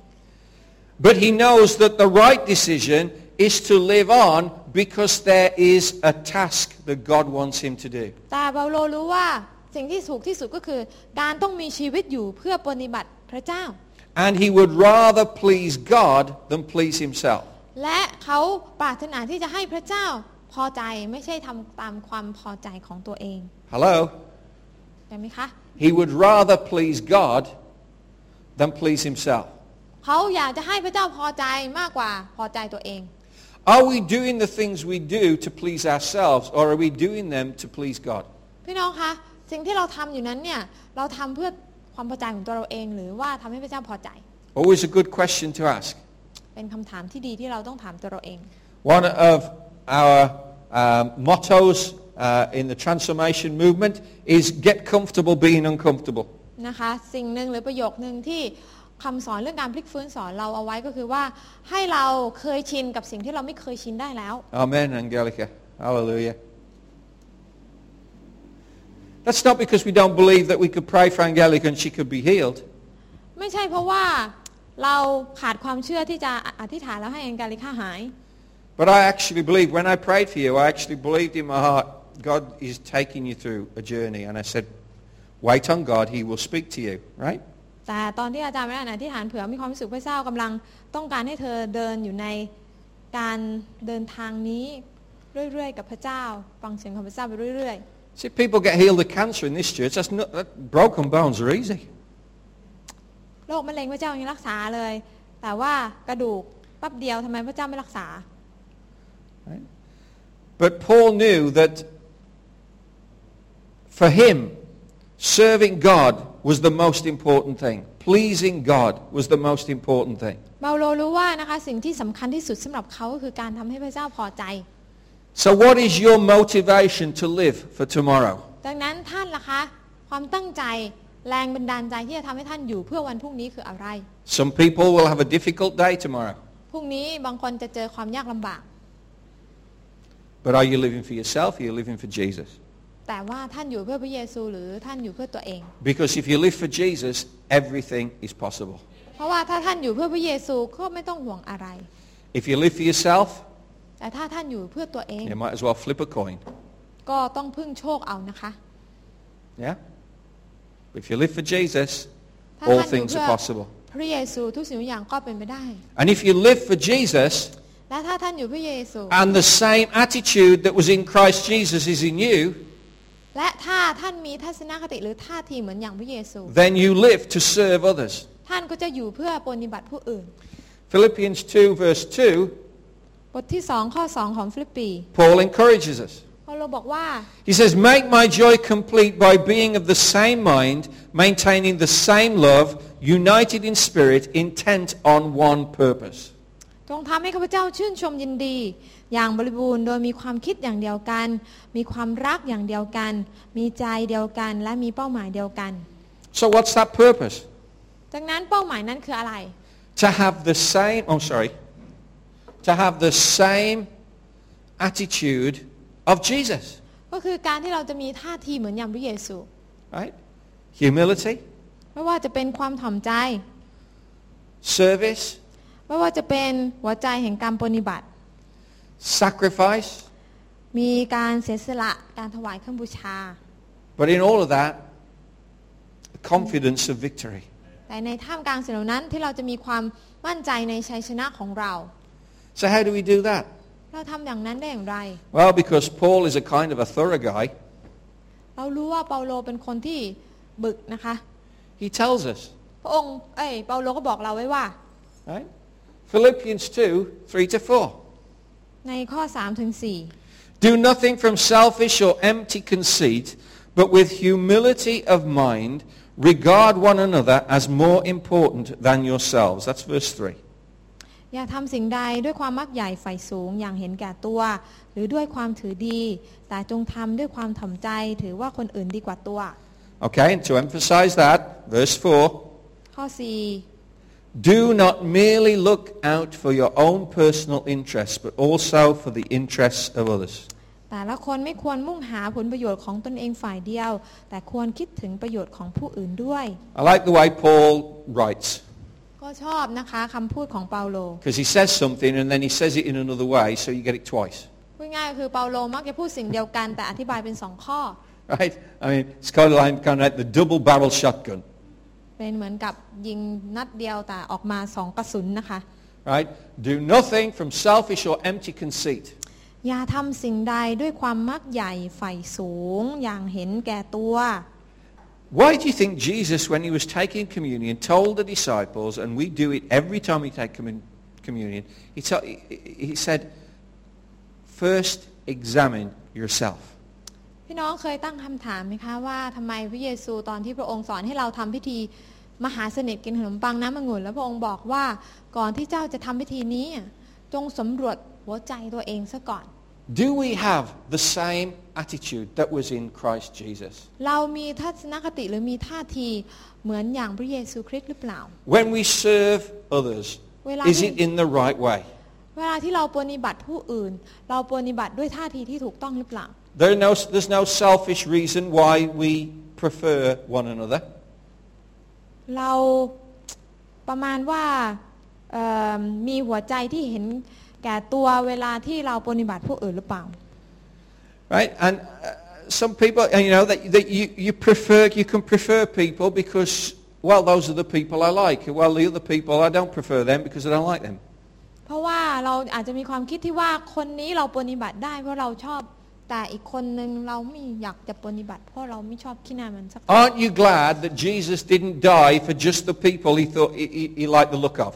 [SPEAKER 1] But he knows that the right decision is to live on because there is a task that God wants him to do.
[SPEAKER 2] แต่เปาโลรู้ว่าสิ่งที่ถูกที่สุดก็คือ การต้องมีชีวิตอยู่เพื่อปฏิบัติพระเจ้า
[SPEAKER 1] And he would rather please God than please himself.
[SPEAKER 2] และเขาปรารถนาที่จะให้พระเจ้าพอใจไม่ใช่ทำตามความพอใจของตัวเอง
[SPEAKER 1] Hello?
[SPEAKER 2] ใช่ไหมคะ
[SPEAKER 1] He would rather please God than please himself.
[SPEAKER 2] เขาอยากจะให้พระเจ้าพอใจมากกว่าพอใจตัวเอง
[SPEAKER 1] Are we doing the things we do to please ourselves or are we doing them to please God?
[SPEAKER 2] พี่น้องคะสิ่งที่เราทำอยู่นั้นเนี่ยเราทำเพื่อความพอใจของตัวเราเอง หรือว่าทำให้พระเจ้าพอใจ
[SPEAKER 1] Always a good question to ask.
[SPEAKER 2] เ เป็นคำถามที่ดีที่เราต้องถามตัวเราเอง
[SPEAKER 1] One of our um, mottos uh, in the transformation movement is get comfortable being uncomfortable.
[SPEAKER 2] นะคะ สิ่งหนึ่งหรือประโยคหนึ่งที่คำสอนเรื่องการพลิกฟื้นสอนเราเอาไว้ก็คือว่า ให้เราเคยชินกับสิ่งที่เราไม่เคยชินได้แล้ว
[SPEAKER 1] Amen, Angelica. Hallelujah. That's not because we don't believe that we could pray for Angelica and she could be healed.
[SPEAKER 2] ไม่ใช่เพราะว่าเราขาดความเชื่อที่จะอธิษฐานแล้วให้แองกาลิค่าหาย
[SPEAKER 1] But I actually believe, when I prayed for you, I actually believed in my heart, God is taking you through a journey. And I said, wait on God, he will speak to you, right?
[SPEAKER 2] แต่ตอนที่อาจารย์ไม่ได้อธิษฐานเผื่อมีความรู้สึกพระเจ้ากำลังต้องการให้เธอเดินอยู่ในการเดินทางนี้เรื่อยๆกับพระเจ้า ฟังเสียงของพระเจ้าไปเรื่อย
[SPEAKER 1] See, people get healed of cancer in this church. That's not, that, broken bones are easy.
[SPEAKER 2] ๆโรคมะเร็งพระเจ้ายังรักษาเลย แต่ว่ากระดูกแปั๊บเดียวทำไมพระเจ้าไม่รักษา
[SPEAKER 1] Right? But Paul knew that for him, serving God was the most important thing. Pleasing God was the most important thing.
[SPEAKER 2] เปาโลรู้ว่านะคะสิ่งที่สำคัญที่สุดสำหรับเขาก็คือการทำให้พระเจ้าพอใจ
[SPEAKER 1] So what is your motivation to live for tomorrow?
[SPEAKER 2] ดังนั้นท่านล่ะคะ ความตั้งใจแรงบันดาลใจที่จะทำให้ท่านอยู่เพื่อวันพรุ่งนี้คืออะไร
[SPEAKER 1] Some people will have a difficult day tomorrow.
[SPEAKER 2] พรุ่งนี้บางคนจะเจอความยากลำบาก
[SPEAKER 1] But are you living for yourself or are you living for Jesus?
[SPEAKER 2] แต่ว่าท่านอยู่เพื่อพระเยซูหรือท่านอยู่เพื่อตัวเอง
[SPEAKER 1] Because if you live for Jesus, everything is possible.
[SPEAKER 2] เพราะว่าถ้าท่านอยู่เพื่อพระเยซูก็ไม่ต้องห่วงอะไร
[SPEAKER 1] If you live for yourself,
[SPEAKER 2] แต่ถ้าท่านอยู่เพื่อตัวเอง
[SPEAKER 1] you might as well flip a coin.
[SPEAKER 2] ก็ต้องพึ่งโชคเอานะคะ
[SPEAKER 1] Yeah? But if you live for Jesus,
[SPEAKER 2] ถ้า
[SPEAKER 1] all
[SPEAKER 2] ท่านอยู่
[SPEAKER 1] things
[SPEAKER 2] เพื่
[SPEAKER 1] are possible.
[SPEAKER 2] พระเยซูทุกสิ่งทุกอย่างก็เป็นไปได้
[SPEAKER 1] And if you live for Jesus
[SPEAKER 2] และถ้าท่านอยู่เพื่อเยซู
[SPEAKER 1] and the same attitude that was in Christ Jesus is in you,
[SPEAKER 2] และถ้าท่านมีทัศนคติหรือท่าทีเหมือนอย่างพระเยซู
[SPEAKER 1] then you live to serve others.
[SPEAKER 2] ท่านก็จะอยู่เพื่อปฏิบัติผู้อื่น
[SPEAKER 1] Philippians 2 verse 2,
[SPEAKER 2] บทที่ 2 ข้อ 2 ของฟิลิปปี
[SPEAKER 1] Paul encourages us.
[SPEAKER 2] เปาโลบอกว่า
[SPEAKER 1] He says, make my joy complete by being of the same mind, maintaining the same love, united in spirit, intent on one purpose.
[SPEAKER 2] จงทำให้ข้าพเจ้าชื่นชมยินดี อย่างบริบูรณ์โดยมีความคิดอย่างเดียวกัน มีความรักอย่างเดียวกัน มีใจเดียวกัน และมีเป้าหมายเดียวกัน
[SPEAKER 1] So what's that purpose?
[SPEAKER 2] ดังนั้นเป้าหมายนั้นคืออะไร
[SPEAKER 1] To have the same, oh sorry, to have the same attitude of Jesus.
[SPEAKER 2] ก็คือการที่เราจะมีท่าทีเหมือนอย่างพระเยซู
[SPEAKER 1] Right? Humility,
[SPEAKER 2] ไม่ว่าจะเป็นความถ่อมใจ
[SPEAKER 1] service,
[SPEAKER 2] ไม่ว่าจะเป็นหัวใจแห่งการปฏิบัติ
[SPEAKER 1] sacrifice.
[SPEAKER 2] มีการเสียสละการถวายเครื่องบูชา
[SPEAKER 1] But in all of that, the confidence of victory.
[SPEAKER 2] แต่ในท่ามกลางสิ่งเหล่านั้นที่เราจะมีความมั่นใจในชัยชนะของเรา
[SPEAKER 1] So how do we do that?
[SPEAKER 2] เราทำอย่างนั้นได้อย่างไร
[SPEAKER 1] Well, because Paul is a kind of a thorough guy,
[SPEAKER 2] เรารู้ว่าเปาโลเป็นคนที่บึกนะคะ
[SPEAKER 1] he tells us.
[SPEAKER 2] พระองค์เอ้ยเปาโลก็บอกเราไว้ว่า
[SPEAKER 1] Right? Philippians 2, 3 to 4.
[SPEAKER 2] ในข้อ3ถึง
[SPEAKER 1] Do nothing from selfish or empty conceit, but with humility of mind, regard one another as more important than yourselves. That's verse 3.
[SPEAKER 2] 4 อย่าทำสิ่งใดด้วยความมักใหญ่ใฝ่สูงอย่างเห็นแก่ตัว หรือด้วยความถือดี แต่จงทำด้วยความถ่อมใจถือว่าคนอื่นดีกว่าตัว
[SPEAKER 1] Okay, and to emphasize that, verse 4.
[SPEAKER 2] ข้อ
[SPEAKER 1] Do not merely look out for your own personal interests, but also for the interests of others.
[SPEAKER 2] 4 แต่ละคนไม่ควรมุ่งหาผลประโยชน์ของตนเองฝ่ายเดียว แต่ควรคิดถึงประโยชน์ของผู้อื่นด้วย
[SPEAKER 1] I like the way Paul writes,
[SPEAKER 2] ก็ชอบนะคะคำพูดของเปาโล
[SPEAKER 1] because he says something and then he says it in another way, so you get it twice.
[SPEAKER 2] พูดง่ายๆคือเปาโลมักจะพูดสิ่งเดียวกันแต่อธิบายเป็นสองข้อ
[SPEAKER 1] Right? I mean, it's kind of like, kind of like the double barrel shotgun.
[SPEAKER 2] เป็นเหมือนกับยิงนัดเดียวแต่ออกมาสองกระสุนนะคะ
[SPEAKER 1] Right? Do nothing from selfish or empty conceit.
[SPEAKER 2] อย่าทำสิ่งใดด้วยความมักใหญ่ใฝ่สูง อย่างเห็นแก่ตัว
[SPEAKER 1] Why do you think Jesus, when he was taking communion, told the disciples, and we do it every time we take commun- communion, he, to- he- he said, first examine yourself.
[SPEAKER 2] พี่น้องเคยตั้งคำถามไหมคะว่าทำไมพระเยซูตอนที่พระองค์สอนให้เราทำพิธี มหาเสนิทกินขนมปังน้ำองุ่นแล้วพระองค์บอกว่าก่อนที่เจ้าจะทำพิธีนี้อ่ะจงสำรวจหัวใจตัวเองซะก่อน
[SPEAKER 1] Do we have the same attitude that was in Christ Jesus?
[SPEAKER 2] เรามีทัศนคติหรือมีท่าทีเหมือนอย่างพระเยซูคริสต์หรือเปล่า
[SPEAKER 1] When we serve others,
[SPEAKER 2] Well, I
[SPEAKER 1] is it
[SPEAKER 2] think-
[SPEAKER 1] in the right way?
[SPEAKER 2] เวลาที่เราปรนนิบัติผู้อื่น เราปรนนิบัติด้วยท่าทีที่ถูกต้องหรือเปล่า
[SPEAKER 1] There are no, there's no selfish reason why we prefer one another.
[SPEAKER 2] เราประมาณว่าเอ่อมีหัวใจที่เห็นแก่ตัวเวลาที่เราปรนนิบัติผู้อื่นหรือเปล่า
[SPEAKER 1] Right? And uh, some people, and you know, that, that you, you prefer, you can prefer people because, well, those are the people I like. Well, the other people, I don't prefer them because I don't like them.
[SPEAKER 2] เพราะว่าเราอาจจะมีความคิดที่ว่าคนนี้เราปรนนิบัติได้เพราะเราชอบแต่อีกคนนึงเราไม่อยากจะปรนนิบัติ เพราะเราไม่ชอบขี้หน้ามันสักเท่าไหร่
[SPEAKER 1] Aren't you glad that Jesus didn't die for just the people he thought he, he, he liked the look of?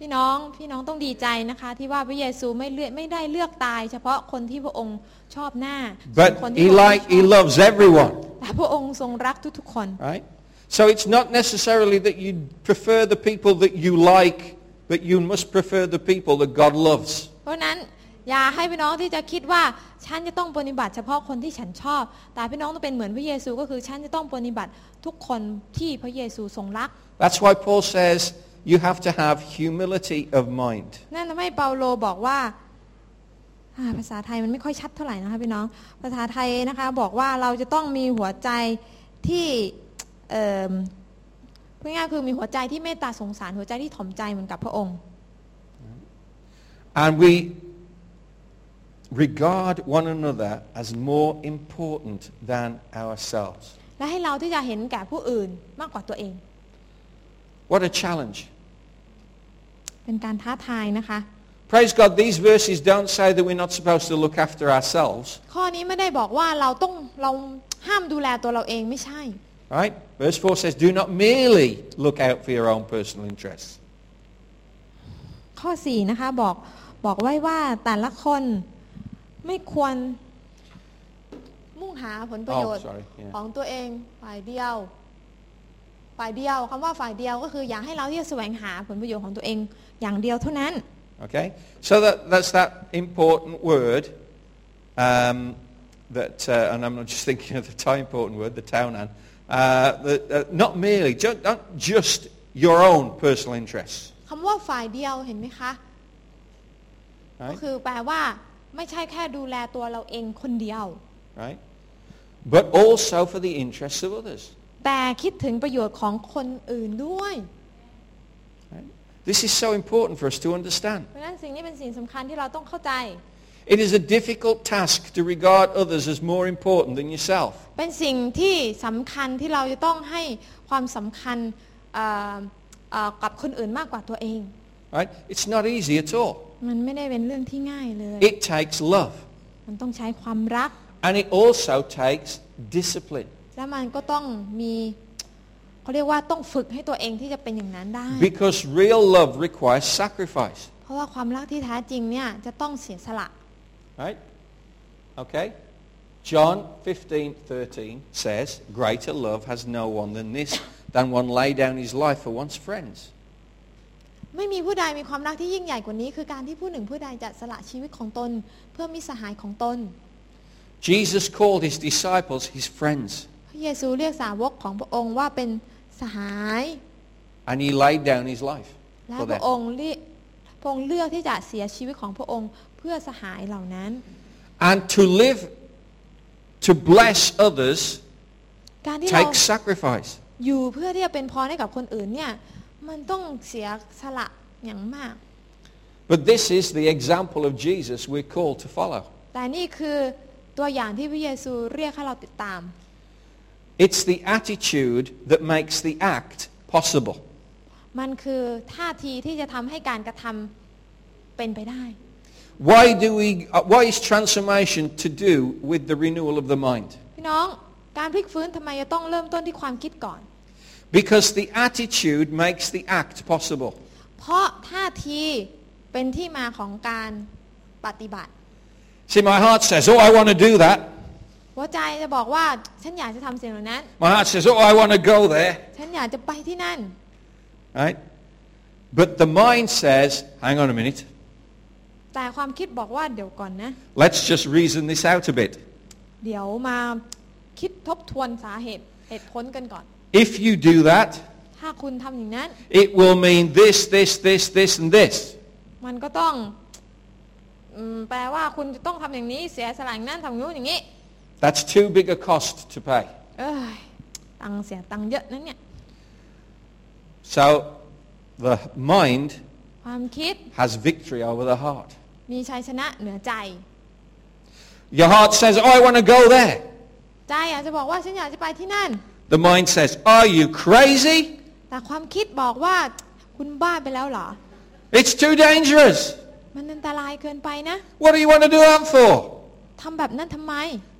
[SPEAKER 2] พี่น้องพี่น้องต้องดีใจนะคะ ที่ว่าพระเยซูไม่เลือกไม่ได้เลือกตาย เฉพาะคนที่พระองค์ชอบหน้าส่วนค
[SPEAKER 1] But he
[SPEAKER 2] นที่พระองค์
[SPEAKER 1] like, he
[SPEAKER 2] ไม่ชอบ
[SPEAKER 1] loves everyone,
[SPEAKER 2] แต่พระองค์ทรงรักทุกๆคน
[SPEAKER 1] right? So it's not necessarily that you prefer the people that you like, but you must prefer the people that God loves.
[SPEAKER 2] เพราะฉะนั้นอย่าให้พี่น้องที่จะคิดว่าฉันจะต้องปฏิบัติเฉพาะคนที่ฉันชอบ แต่พี่น้องต้องเป็นเหมือนพระเยซูก็คือฉันจะต้องปฏิบัติทุกคนที่พระเยซูทรงรัก
[SPEAKER 1] That's why Paul says you have to have humility of mind.
[SPEAKER 2] นั่นทำให้เปาโลบอกว่าอ่าภาษาไทยมันไม่ค่อยชัดเท่าไหร่นะคะพี่น้อง ภาษาไทยนะคะ บอกว่าเราจะต้องมีหัวใจที่เอิ่มพูดง่ายๆคือมีหัวใจที่เมตตาสงสารหัวใจที่ถ่อมใจเหมือนกับพระองค์
[SPEAKER 1] And we regard one another as more important than ourselves.
[SPEAKER 2] และให้เราที่จะเห็นแก่ผู้อื่นมากกว่าตัวเอง
[SPEAKER 1] What a challenge.
[SPEAKER 2] เป็นการท้าทายนะคะ
[SPEAKER 1] Praise God, these verses don't say that we're not supposed to look after ourselves,
[SPEAKER 2] ข้อนี้ไม่ได้บอกว่าเราต้องเราห้ามดูแลตัวเราเองไม่ใช่
[SPEAKER 1] right? Verse 4 says, do not merely look out for your own personal interests.
[SPEAKER 2] ข้อ4นะคะบอกบอกไว้ว่าแต่ละคนไม่ควรมุ่งหาผลประโยชน์
[SPEAKER 1] Oh, sorry. Yeah.
[SPEAKER 2] ของตัวเองฝ่ายเดียว ฝ่ายเดียวคำว่าฝ่ายเดียวก็คืออยากให้เราที่จะแสวงหาผลประโยชน์ของตัวเองอย่างเดียวเท่านั้น
[SPEAKER 1] Okay? So that, that's that important word um, that, uh, and I'm not just thinking of the time important word, the townan, uh, that, uh, not merely, ju- not just your own personal interests.
[SPEAKER 2] คำว่าฝ่ายเดียวเห็นไหมคะ ก็
[SPEAKER 1] Right?
[SPEAKER 2] คือแปลว่าไม่ใช่แค่ดูแลตัวเราเองคนเดียว
[SPEAKER 1] Right? But also for the interests of others.
[SPEAKER 2] แต่คิดถึงประโยชน์ของคนอื่นด้วย
[SPEAKER 1] Right? This is so important for us to understand.
[SPEAKER 2] เพราะฉะนั้นสิ่งนี้เป็นสิ่งสำคัญที่เราต้องเข้าใจ
[SPEAKER 1] It is a difficult task to regard others as more important than yourself.
[SPEAKER 2] เป็นสิ่งที่สำคัญที่เราจะต้องให้ความสำคัญเอ่อเอ่อกับคนอื่นมากกว่าตัวเอง
[SPEAKER 1] Right? It's not easy at all.
[SPEAKER 2] มันไม่ได้เป็นเรื่องที่ง่ายเลย
[SPEAKER 1] It takes love.
[SPEAKER 2] มันต้องใช้ความรัก
[SPEAKER 1] And it also takes discipline.
[SPEAKER 2] และมันก็ต้องมีเขาเรียกว่าต้องฝึกให้ตัวเองที่จะเป็นอย่างนั้นได้
[SPEAKER 1] Because real love requires sacrifice,
[SPEAKER 2] เพราะว่าความรักที่แท้จริงเนี่ยจะต้องเสียสละ
[SPEAKER 1] right? Okay? John 15, 13 says, Greater love has no one than this, than one lay down his life for one's friends.
[SPEAKER 2] ไม่มีผู้ใดมีความรักที่ยิ่งใหญ่กว่านี้ คือการที่ผู้หนึ่งผู้ใดจะสละชีวิตของตน เพื่อมิตรสหายของตน
[SPEAKER 1] Jesus called his disciples his friends,
[SPEAKER 2] พระเยซูเรียกสาวกของพระองค์ว่าเป็นสหาย
[SPEAKER 1] and he laid down his life
[SPEAKER 2] และพ
[SPEAKER 1] for
[SPEAKER 2] ระ
[SPEAKER 1] them.
[SPEAKER 2] องค์เลือกพระองค์เลือกที่จะเสียชีวิตของพระองค์เพื่อสหายเหล่านั้น
[SPEAKER 1] And to live, to bless others,
[SPEAKER 2] การที่เรา
[SPEAKER 1] takes sacrifice.
[SPEAKER 2] อยู่เพื่อที่จะเป็นพรให้กับคนอื่นเนี่ยมันต้องเสียสละอย่างมาก
[SPEAKER 1] But this is the example of Jesus we're called to follow.
[SPEAKER 2] แต่นี่คือตัวอย่างที่พระเยซูเรียกให้เราติดตาม
[SPEAKER 1] It's the attitude that makes the act possible.
[SPEAKER 2] มันคือท่าทีที่จะทำให้การกระทำเป็นไปได้
[SPEAKER 1] Why do we? uh, Why is transformation to do with the renewal of the mind?
[SPEAKER 2] พี่น้องการพลิกฟื้นทำไมจะต้องเริ่มต้นที่ความคิดก่อน
[SPEAKER 1] Because the attitude makes the act possible.
[SPEAKER 2] เพราะท่าทีเป็นที่มาของการปฏิบัติ
[SPEAKER 1] See, my heart says, "Oh, I want to do that."
[SPEAKER 2] หัวใจจะบอกว่าฉันอยากจะทำสิ่งเหล่านั้น
[SPEAKER 1] My heart says, "Oh, I want to go there."
[SPEAKER 2] ฉันอยากจะไปที่นั่น
[SPEAKER 1] Right? But the mind says, hang on a minute.
[SPEAKER 2] แต่ความคิดบอกว่าเดี๋ยวก่อนนะ
[SPEAKER 1] Let's just reason this out a bit.
[SPEAKER 2] เดี๋ยวมาคิดทบทวนสาเหตุเหตุผลกันก่อน
[SPEAKER 1] If you do that,
[SPEAKER 2] ถ้าคุณทำอย่างนั้น
[SPEAKER 1] it will mean this, this, this, this, and this.
[SPEAKER 2] มันก็ต้องอืมแปลว่าคุณจะต้องทำอย่างนี้ เสียสละอย่างนั้นทำอย่างนู้นอย่างนี้
[SPEAKER 1] That's too big a cost to pay.
[SPEAKER 2] เอ้ยตังค์เสียตังค์เยอะนั่นเนี่ย
[SPEAKER 1] So the mind
[SPEAKER 2] ความคิด
[SPEAKER 1] has victory over the heart.
[SPEAKER 2] มีชัยชนะเหนือใจ
[SPEAKER 1] Your heart says, oh, I want to go there.
[SPEAKER 2] ใจอยากจะบอกว่าฉันอยากจะไปที่นั่น
[SPEAKER 1] The mind says, are you crazy?
[SPEAKER 2] แต่ความคิดบอกว่าคุณบ้าไปแล้วเหรอ
[SPEAKER 1] It's too dangerous.
[SPEAKER 2] มันอันตรายเกินไปนะ
[SPEAKER 1] What do you want to do that for?
[SPEAKER 2] ทำแบบนั้นทำไม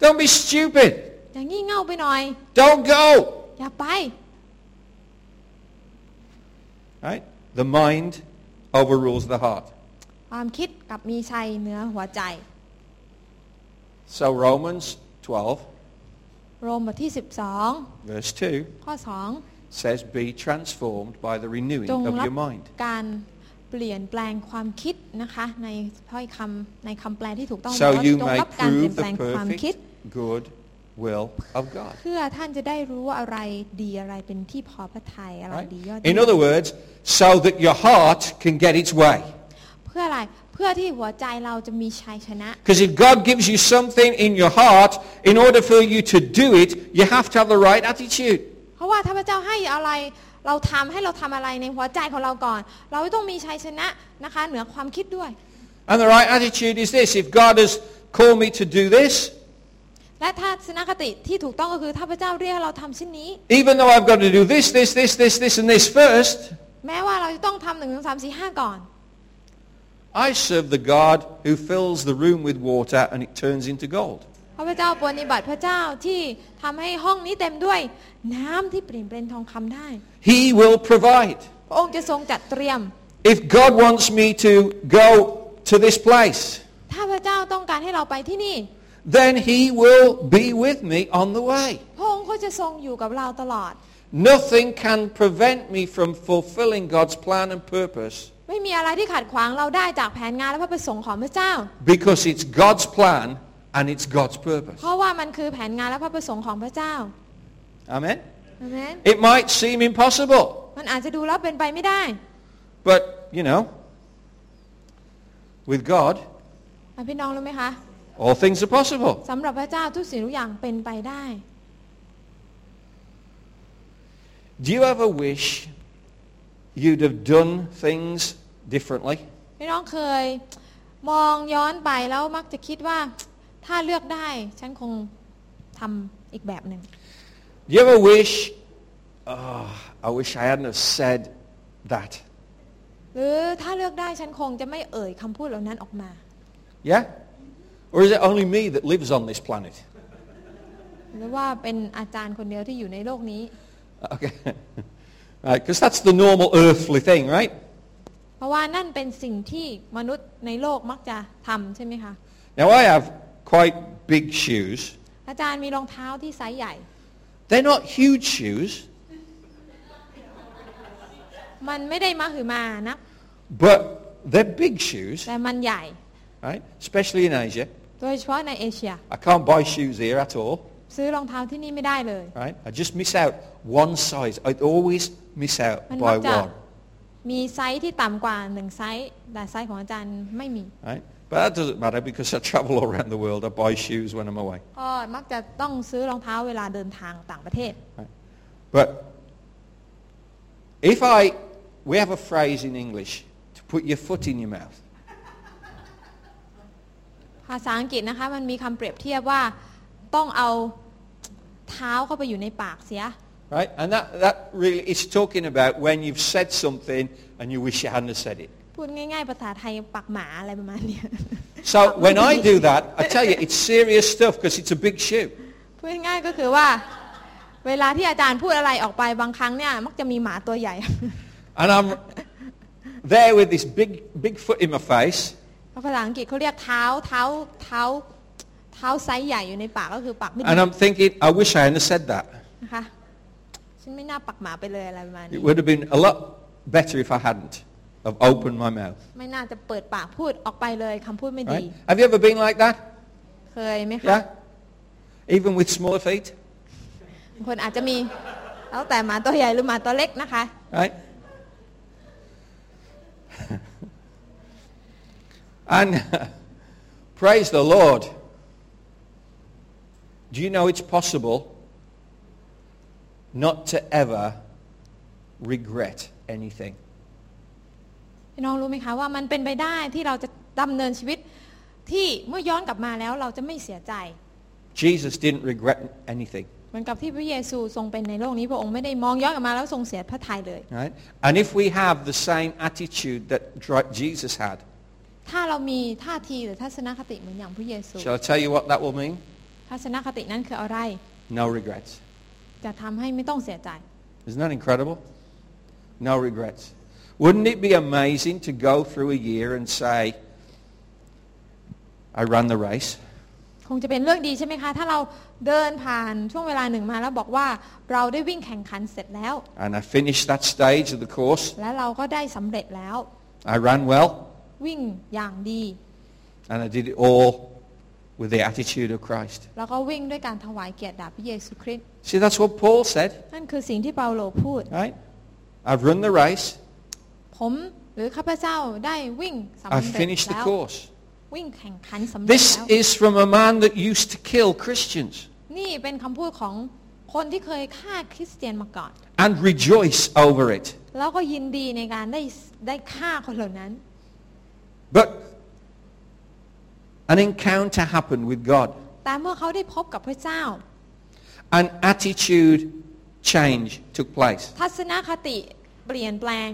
[SPEAKER 1] Don't be stupid.
[SPEAKER 2] อย่างงี่เง่าไปหน่อย
[SPEAKER 1] Don't go.
[SPEAKER 2] อย่าไป
[SPEAKER 1] Right? The mind overrules the heart.
[SPEAKER 2] ความคิดกลับมีชัยเหนือหัวใจ
[SPEAKER 1] So Romans 12,
[SPEAKER 2] โรมบทที่
[SPEAKER 1] verse 2,
[SPEAKER 2] 12 ข้อ 2
[SPEAKER 1] says, be transformed by the renewing
[SPEAKER 2] จง
[SPEAKER 1] of
[SPEAKER 2] รับ
[SPEAKER 1] your mind.
[SPEAKER 2] การเปลี่ยนแปลงความคิดนะคะ ในถ้อยคำในคำแปลที่ถูกต้อง
[SPEAKER 1] So
[SPEAKER 2] ว่า
[SPEAKER 1] you
[SPEAKER 2] จง
[SPEAKER 1] may
[SPEAKER 2] รับการเปลี่
[SPEAKER 1] prove
[SPEAKER 2] ยนแปล
[SPEAKER 1] the
[SPEAKER 2] งความคิด
[SPEAKER 1] perfect good will of God.
[SPEAKER 2] เพื่อท่านจะได้รู้ว่าอะไรดีอะไรเป็นที่พอพระทัยอะไร
[SPEAKER 1] Right?
[SPEAKER 2] ดียอดเยี่ย
[SPEAKER 1] In
[SPEAKER 2] ม
[SPEAKER 1] other words, so that your heart can get its way.
[SPEAKER 2] เพื่ออะไรเพื่อที่หัวใจเราจะมีชัยชนะ
[SPEAKER 1] Because if God gives you something in your heart, in order for you to do it, you have to have the right attitude.
[SPEAKER 2] เพราะว่าถ้าพระเจ้าให้อะไร เราทำให้เราทำอะไรในหัวใจของเราก่อน เราต้องมีชัยชนะนะคะ เหนือความคิดด้วย
[SPEAKER 1] And the right attitude is this. If God has called me to do this,
[SPEAKER 2] และถ้าสนคติที่ถูกต้องก็คือถ้าพระเจ้าเรียกให้เราทำเช่นนี้
[SPEAKER 1] even though I've got to do this, this, this, this, this, and this first,
[SPEAKER 2] แม้ว่าเราจะต้องทำหนึ่งสองสามสี่ห้าก่อน
[SPEAKER 1] I serve the God who fills the room with water and it turns into gold.
[SPEAKER 2] ข้าพเจ้าปฏิบัติพระเจ้าที่ทำให้ห้องนี้เต็มด้วย น้ำที่เปลี่ยนเป็นทองคำได้
[SPEAKER 1] He will provide.
[SPEAKER 2] พระองค์จะทรงจัดเตรียม
[SPEAKER 1] If God wants me to go to this place,
[SPEAKER 2] ถ้าพระเจ้าต้องการให้เราไปที่นี่
[SPEAKER 1] then he will be with me on the way.
[SPEAKER 2] พระองค์ก็จะทรงอยู่กับเราตลอด
[SPEAKER 1] Nothing can prevent me from fulfilling God's plan and purpose
[SPEAKER 2] ไม่มีอะไรที่ขัดขวางเราได้จากแผนงานและพระประสงค์ของพระเจ้า
[SPEAKER 1] because it's God's plan and it's God's purpose.
[SPEAKER 2] เพราะว่ามันคือแผนงานและพระประสงค์ของพระเจ้า
[SPEAKER 1] Amen.
[SPEAKER 2] อาเมน
[SPEAKER 1] It might seem impossible,
[SPEAKER 2] มันอาจจะดูแล้วเป็นไปไม่ได้
[SPEAKER 1] but you know, with God,
[SPEAKER 2] อ่ะพี่น้องรู้ไหมคะ
[SPEAKER 1] all things are possible.
[SPEAKER 2] สำหรับพระเจ้าทุกสิ่งทุกอย่างเป็นไปได้
[SPEAKER 1] Do you ever wish you'd have done things differently?
[SPEAKER 2] พี่น้องเคยมองย้อนไปแล้วมักจะคิดว่า ถ้าเลือกได้ ฉันคงทำอีกแบบหนึ่ง
[SPEAKER 1] Do you ever wish, oh, I wish I hadn't have said that?
[SPEAKER 2] หรือถ้าเลือกได้ฉันคงจะไม่เอ่ยคำพูดเหล่านั้นออกมา
[SPEAKER 1] Yeah? Or is it only me that lives on this planet?
[SPEAKER 2] หรือว่าเป็นอาจารย์คนเดียวที่อยู่ในโลกนี้
[SPEAKER 1] Okay. right, because that's the normal earthly thing, right?
[SPEAKER 2] เพราะว่านั่นเป็นสิ่งที่มนุษย์ในโลกมักจะทำใช่ไหมคะ
[SPEAKER 1] Now I have quite big shoes.
[SPEAKER 2] อาจารย์มีรองเท้าที่ไซส์ใหญ่
[SPEAKER 1] They're not huge shoes,
[SPEAKER 2] มันไม่ได้มาหือมานะ
[SPEAKER 1] but they're big shoes,
[SPEAKER 2] แต่มันใหญ่
[SPEAKER 1] right? Especially in Asia.
[SPEAKER 2] โดยเฉพาะในเอเชีย
[SPEAKER 1] I can't buy shoes here at all,
[SPEAKER 2] ซื้อรองเท้าที่นี่ไม่ได้เลย
[SPEAKER 1] right? I just miss out one size. I always miss out
[SPEAKER 2] มันมั
[SPEAKER 1] by
[SPEAKER 2] กจะ
[SPEAKER 1] one,
[SPEAKER 2] มีไซส์ที่ต่ำกว่าหนึ่งไซส์แต่ไซส์ของอาจารย์ไม่มี
[SPEAKER 1] right? But that doesn't matter because I travel all around the world. I buy shoes when I'm away.
[SPEAKER 2] ก็มักจะต้องซื้อรองเท้าเวลาเดินทางต่างประเทศ
[SPEAKER 1] But if I, we have a phrase in English to put your foot in your mouth.
[SPEAKER 2] ภาษาอังกฤษนะคะ มันมีคำเปรียบเทียบว่าต้องเอาเท้าเข้าไปอยู่ในปากเสีย
[SPEAKER 1] Right? And that, that really is talking about when you've said something and you wish you hadn't have said it.
[SPEAKER 2] พูดง่ายๆ ภาษาไทยปากหมาอะไรประมาณเนี้ย
[SPEAKER 1] So when I do that, I tell you, it's serious stuff because it's a big shoe.
[SPEAKER 2] พูดง่ายๆก็คือว่า เวลาที่อาจารย์พูดอะไรออกไปบางครั้งเนี่ย มักจะมีหมาตัวใหญ่
[SPEAKER 1] And I'm there with this big, big foot in my face.
[SPEAKER 2] ภาษาอังกฤษเขาเรียกเท้าเท้าเท้าเท้าไซส์ใหญ่อยู่ในปากก็คือปากไม่ดี
[SPEAKER 1] And I'm thinking, I wish I hadn't have said that.
[SPEAKER 2] นะคะ ฉันไม่น่าปักหมาไปเลยอะไรประมาณ
[SPEAKER 1] It
[SPEAKER 2] นี้
[SPEAKER 1] would have been a lot better if I hadn't have opened my mouth.
[SPEAKER 2] ไม่น่าจะเปิดปากพูดออกไปเลยคำพูดไม่ดี
[SPEAKER 1] Right? Have you ever been like that?
[SPEAKER 2] เคยไหมคะ
[SPEAKER 1] Yeah? Even with smaller feet?
[SPEAKER 2] บางคนอาจจะมีแล้วแต่หมาตัวใหญ่หรือหมาตัวเล็กนะคะ
[SPEAKER 1] Right? and praise the Lord. Do you know it's possible not to ever regret anything?
[SPEAKER 2] พี่น้องรู้ไหมคะว่ามันเป็นไปได้ที่เราจะดำเนินชีวิตที่เมื่อย้อนกลับมาแล้วเราจะไม่เสียใจ
[SPEAKER 1] Jesus didn't regret anything.
[SPEAKER 2] เหมือนกับที่พระเยซูทรงเป็นในโลกนี้พระองค์ไม่ได้มองย้อนกลับมาแล้วทรงเสียพระทัยเลย
[SPEAKER 1] Right? And if we have the same attitude that dri- Jesus had,
[SPEAKER 2] ถ้าเรามีท่าทีหรือทัศนคติเหมือนอย่างพระเยซู
[SPEAKER 1] shall I tell you what that will mean?
[SPEAKER 2] ทัศนคตินั้นคืออะไร
[SPEAKER 1] No regrets.
[SPEAKER 2] จะทำให้ไม่ต้องเสียใจ
[SPEAKER 1] Isn't that incredible? No regrets. Wouldn't it be amazing to go through a year and say, I ran the race.
[SPEAKER 2] คงจะเป็นเรื่องดีใช่ไหมคะ ถ้าเราเดินผ่านช่วงเวลาหนึ่งมาแล้วบอกว่าเราได้วิ่งแข่งขันเสร็จแล้ว
[SPEAKER 1] And I finished that stage of the course.
[SPEAKER 2] และเราก็ได้สำเร็จแล้ว
[SPEAKER 1] I ran well.
[SPEAKER 2] วิ่งอย่างดี
[SPEAKER 1] And I did it all with the attitude of Christ.
[SPEAKER 2] แล้วก็วิ่งด้วยการถวายเกียรติแด่พระเยซูคริสต์
[SPEAKER 1] See, that's what Paul said,
[SPEAKER 2] นั่นคือสิ่งที่เปาโลพูด
[SPEAKER 1] right? I've run the race.
[SPEAKER 2] ผมหรือข้าพเจ้าได้วิ่งสำ
[SPEAKER 1] I've
[SPEAKER 2] เร็จ
[SPEAKER 1] finished the
[SPEAKER 2] แล้ว
[SPEAKER 1] course.
[SPEAKER 2] วิ่งแข่งขันสำเร็จ
[SPEAKER 1] This
[SPEAKER 2] แล้ว
[SPEAKER 1] is from a man that used to kill Christians
[SPEAKER 2] นี่เป็นคำพูดของคนที่เคยฆ่าคริสเตียนมาก่อน
[SPEAKER 1] and rejoice over it.
[SPEAKER 2] แล้วก็ยินดีในการได้ได้ฆ่าคนเหล่านั้น
[SPEAKER 1] But an encounter happened with God.
[SPEAKER 2] แต่เมื่อเขาได้พบกับพระเจ้า
[SPEAKER 1] An attitude change took place.
[SPEAKER 2] ทัศนคติเปลี่ยนแปลง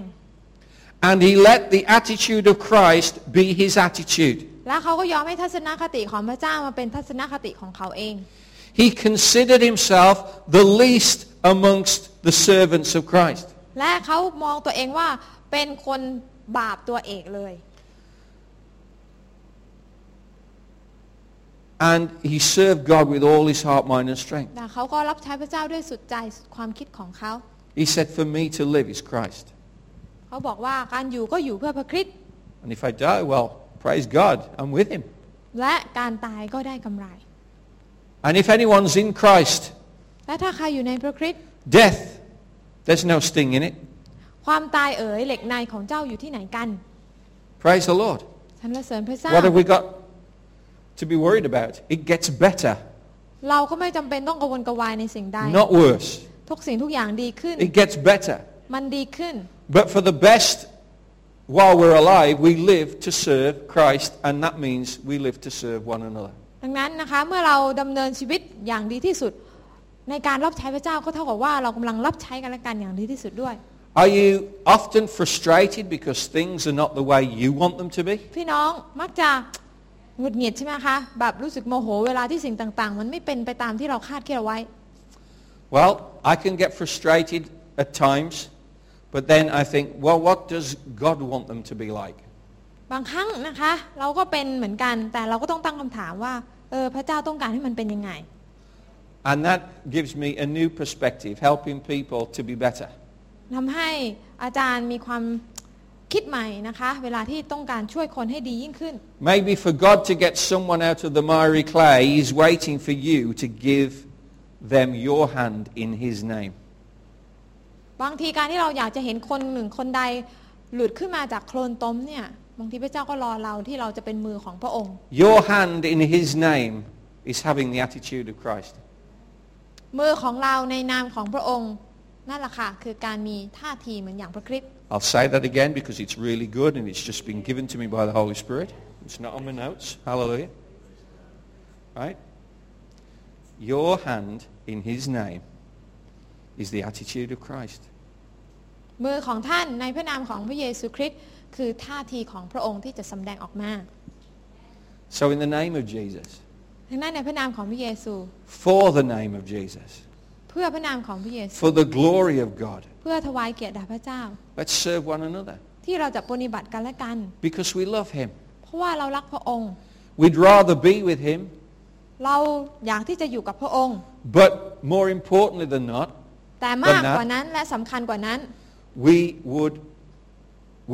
[SPEAKER 1] And he let the attitude of Christ be his attitude.
[SPEAKER 2] แล้วเขาก็ยอมให้ทัศนคติของพระเจ้ามาเป็นทัศนคติของเขาเอง
[SPEAKER 1] He considered himself the least amongst the servants of Christ.
[SPEAKER 2] และเขามองตัวเองว่าเป็นคนบาปตัวเอกเลย
[SPEAKER 1] And he served God with all his heart, mind and strength.
[SPEAKER 2] แต่เขาก็รับใช้พระเจ้าด้วยสุดใจสุดความคิดของเขา
[SPEAKER 1] He said, for me to live is Christ.
[SPEAKER 2] เขาบอกว่าการอยู่ก็อยู่เพื่อพระคริสต์
[SPEAKER 1] And if I die, well, praise God, I'm with him.
[SPEAKER 2] และการตายก็ได้กำไร
[SPEAKER 1] And if anyone's in Christ,
[SPEAKER 2] และถ้าใครอยู่ในพระคริสต์
[SPEAKER 1] death, there's no sting in it.
[SPEAKER 2] ความตายเอ๋ยเหล็กในของเจ้าอยู่ที่ไหนกัน
[SPEAKER 1] Praise the Lord.
[SPEAKER 2] ฉันรเสริญพระเจ้า
[SPEAKER 1] What have we got to be worried about? It gets better,
[SPEAKER 2] เราก็ไม่จำเป็นต้องกังวลกระวายในสิ่งใด
[SPEAKER 1] not worse.
[SPEAKER 2] ทุกสิ่งทุกอย่างดีขึ้น
[SPEAKER 1] It gets better.
[SPEAKER 2] มันดีขึ้น
[SPEAKER 1] But for the best, while we're alive, we live to serve Christ, and that means we live to serve one another.
[SPEAKER 2] ดังนั้นนะคะเมื่อเราดำเนินชีวิตอย่างดีที่สุด ในการรับใช้พระเจ้าก็เท่ากับว่าเรากำลังรับใช้กันและกันอย่างดีที่สุดด้วย
[SPEAKER 1] Are you often frustrated because things are not the way you want them to be?
[SPEAKER 2] พี่น้องมักจะหงุดหงิดใช่ไหมคะแบบรู้สึกโมโหเวลาที่สิ่งต่างๆ มันไม่เป็นไปตามที่เราคาดคิดเอาไว้
[SPEAKER 1] Well, I can get frustrated at times, but then I think, well, what does God want them to be like?
[SPEAKER 2] บางครั้งนะคะ เราก็เป็นเหมือนกันแต่เราก็ต้องตั้งคำถามว่าเออพระเจ้าต้องการให้มันเป็นยังไง
[SPEAKER 1] And that gives me a new perspective, helping people to be better.
[SPEAKER 2] ทำให้อาจารย์มีความคิดใหม่นะคะ เวลาที่ต้องการช่วยคนให้ดียิ่งขึ้น
[SPEAKER 1] Maybe for God to get someone out of the miry clay, he's waiting for you to give them your hand in his name.
[SPEAKER 2] บางทีการที่เราอยากจะเห็นคนหนึ่งคนใดหลุดขึ้นมาจากโคลนต้มเนี่ยบางทีพระเจ้าก็รอเราที่เราจะเป็นมือของพระองค์
[SPEAKER 1] Your hand in his name is having the attitude of Christ.
[SPEAKER 2] มือของเราในนามของพระองค์นั่นแหละค่ะคือการมีท่าทีเหมือนอย่างพระคริสต์
[SPEAKER 1] I'll say that again because it's really good and it's just been given to me by the Holy Spirit. It's not on my notes. Hallelujah. Right? Your hand in his name is the attitude of Christ.
[SPEAKER 2] มือของท่านในพระนามของพระเยซูคริสต์คือท่าทีของพระองค์ที่จะสำแดงออกมา
[SPEAKER 1] So in the name of Jesus,
[SPEAKER 2] ทั้งนั้นในพระนามของพระเยซู
[SPEAKER 1] for the name of Jesus,
[SPEAKER 2] เพื่อพระนามของพระเยซู
[SPEAKER 1] for the glory of God,
[SPEAKER 2] เพื่อถวายเกียรติแด่พระเจ้า
[SPEAKER 1] Let's serve one another
[SPEAKER 2] ที่เราจะปฏิบัติกันและกัน
[SPEAKER 1] because we love him.
[SPEAKER 2] เพราะว่าเรารักพระองค์
[SPEAKER 1] We'd rather be with him,
[SPEAKER 2] เราอยากที่จะอยู่กับพระองค์
[SPEAKER 1] but more importantly than not,
[SPEAKER 2] แต่มากกว่านั้นและสำคัญกว่านั้น
[SPEAKER 1] we would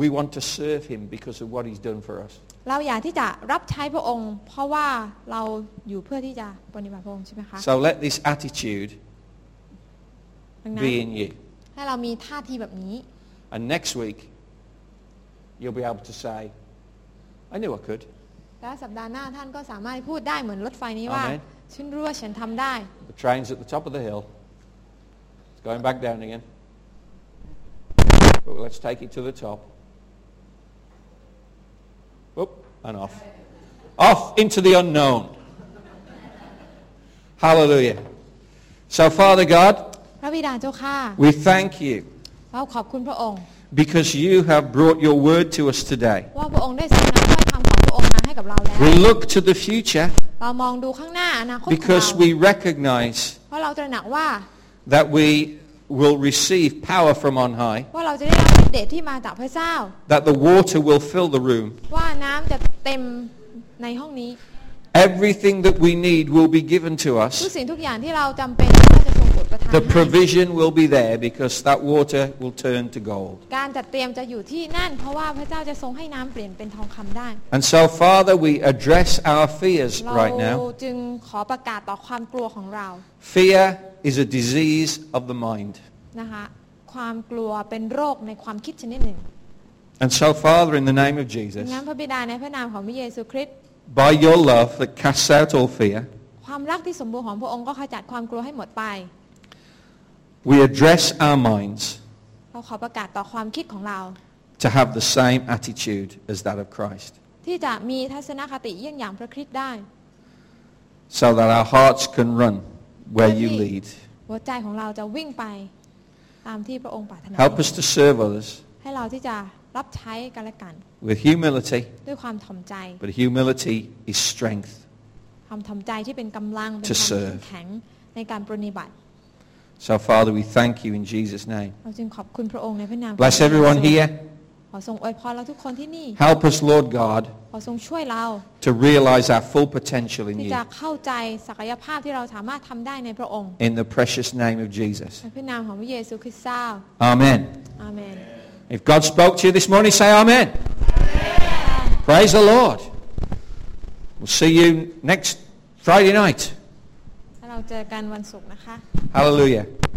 [SPEAKER 1] We want to serve him because of what he's done for us.
[SPEAKER 2] เราอยากที่จะรับใช้พระองค์ เพราะว่าเราอยู่เพื่อที่จะปฏิบัติพระองค์ใช่ไหมคะ
[SPEAKER 1] So let this attitude
[SPEAKER 2] ดังนั้น
[SPEAKER 1] be in you.
[SPEAKER 2] ให้เรามีท่าทีแบบนี้
[SPEAKER 1] And next week, you'll be able to say, I knew I could.
[SPEAKER 2] และสัปดาห์หน้าท่านก็สามารถพูดได้เหมือนรถไฟนี้ว่า
[SPEAKER 1] Amen.
[SPEAKER 2] ฉันรู้ว่าฉันทำได้
[SPEAKER 1] The train's at the top of the hill. It's going back down again. But let's take it to the top. Up and off. Off into the unknown. Hallelujah. So Father God,
[SPEAKER 2] พระบิดาเจ้าข้า
[SPEAKER 1] we thank you
[SPEAKER 2] เราขอบคุณพระองค์
[SPEAKER 1] because you have brought your word to us today.
[SPEAKER 2] ว่าพระองค์ได้ทรงนำถ้อยคำของพระองค์มาให้กับเราแล้ว
[SPEAKER 1] We look to the future
[SPEAKER 2] เรามองดูข้างหน้าอนาคตของ
[SPEAKER 1] because
[SPEAKER 2] เรา
[SPEAKER 1] we recognize
[SPEAKER 2] เพราะเราตระหนักว่า
[SPEAKER 1] that we will receive power from on high,
[SPEAKER 2] ว่าเราจะได้รับฤทธิ์เดชที่มาจากพระเจ้า
[SPEAKER 1] that the water will fill the room.
[SPEAKER 2] ว่าน้ำจะเต็มในห้องนี้
[SPEAKER 1] Everything that we need will be given to
[SPEAKER 2] ทุก
[SPEAKER 1] us.
[SPEAKER 2] สิ่งทุกอย่างที่เราจำเป็นก็จะทรงโปรดประทาน
[SPEAKER 1] The
[SPEAKER 2] ให้
[SPEAKER 1] provision will be there because that water will turn to gold.
[SPEAKER 2] การจัดเตรียมจะอยู่ที่นั่น เพราะว่าพระเจ้าจะทรงให้น้ำเปลี่ยนเป็นทองคำได้
[SPEAKER 1] And so, Father, we address our fears
[SPEAKER 2] เรา
[SPEAKER 1] right now.
[SPEAKER 2] จึงขอประกาศต่อความกลัวของเรา
[SPEAKER 1] Fear is a disease of the mind.
[SPEAKER 2] นะคะความกลัวเป็นโรคในความคิดชนิดหนึ่ง
[SPEAKER 1] And so, Father, in the name of
[SPEAKER 2] ดั
[SPEAKER 1] Jesus,
[SPEAKER 2] งนั้นพระบิดาในพระนามของพระเยซูคริสต์
[SPEAKER 1] by your love that casts out all fear,
[SPEAKER 2] ความรักที่สมบูรณ์ของพระองค์ก็ขจัดความกลัวให้หมดไป
[SPEAKER 1] we address our minds
[SPEAKER 2] เราขอประกาศต่อความคิดของเรา
[SPEAKER 1] to have the same attitude as that of Christ,
[SPEAKER 2] ที่จะมีทัศนคติเยี่ยงอย่างพระคริสต์ได้
[SPEAKER 1] so that our hearts can run where you lead.
[SPEAKER 2] หัวใจของเราจะวิ่งไป ตามที่พระองค์ปรารถนา
[SPEAKER 1] Help us to serve others
[SPEAKER 2] ให้เราที่จะรับใช้กันและกัน
[SPEAKER 1] with humility,
[SPEAKER 2] ด้วยความถ่อมใจ
[SPEAKER 1] but humility is strength.
[SPEAKER 2] ความถ่อมใจที่เป็นกำลัง เป็น
[SPEAKER 1] To
[SPEAKER 2] ความ
[SPEAKER 1] serve
[SPEAKER 2] เข้มแข็งในการปรนนิบัติ
[SPEAKER 1] So, Father, we thank you in Jesus' name.
[SPEAKER 2] เราจึงขอบคุณพระองค์ในพระนาม
[SPEAKER 1] Bless
[SPEAKER 2] พระเยซู
[SPEAKER 1] everyone here.
[SPEAKER 2] ขอทรงอวยพรเราทุกคนที่นี่
[SPEAKER 1] Help us, Lord God,
[SPEAKER 2] ขอทรงช่วยเรา
[SPEAKER 1] to realize our full potential in
[SPEAKER 2] ที่จะ
[SPEAKER 1] you.
[SPEAKER 2] เข้าใจศักยภาพที่เราสามารถทำได้ในพระองค์
[SPEAKER 1] In the precious name of Jesus.
[SPEAKER 2] ในพระนามของพระเยซูคริสต์เจ้า
[SPEAKER 1] Amen.
[SPEAKER 2] อาเมน
[SPEAKER 1] If God spoke to you this morning, say amen. Praise the Lord. We'll see you next Friday night.
[SPEAKER 2] ถ้าเราเจอกันวันศุกร์นะคะ
[SPEAKER 1] Hallelujah.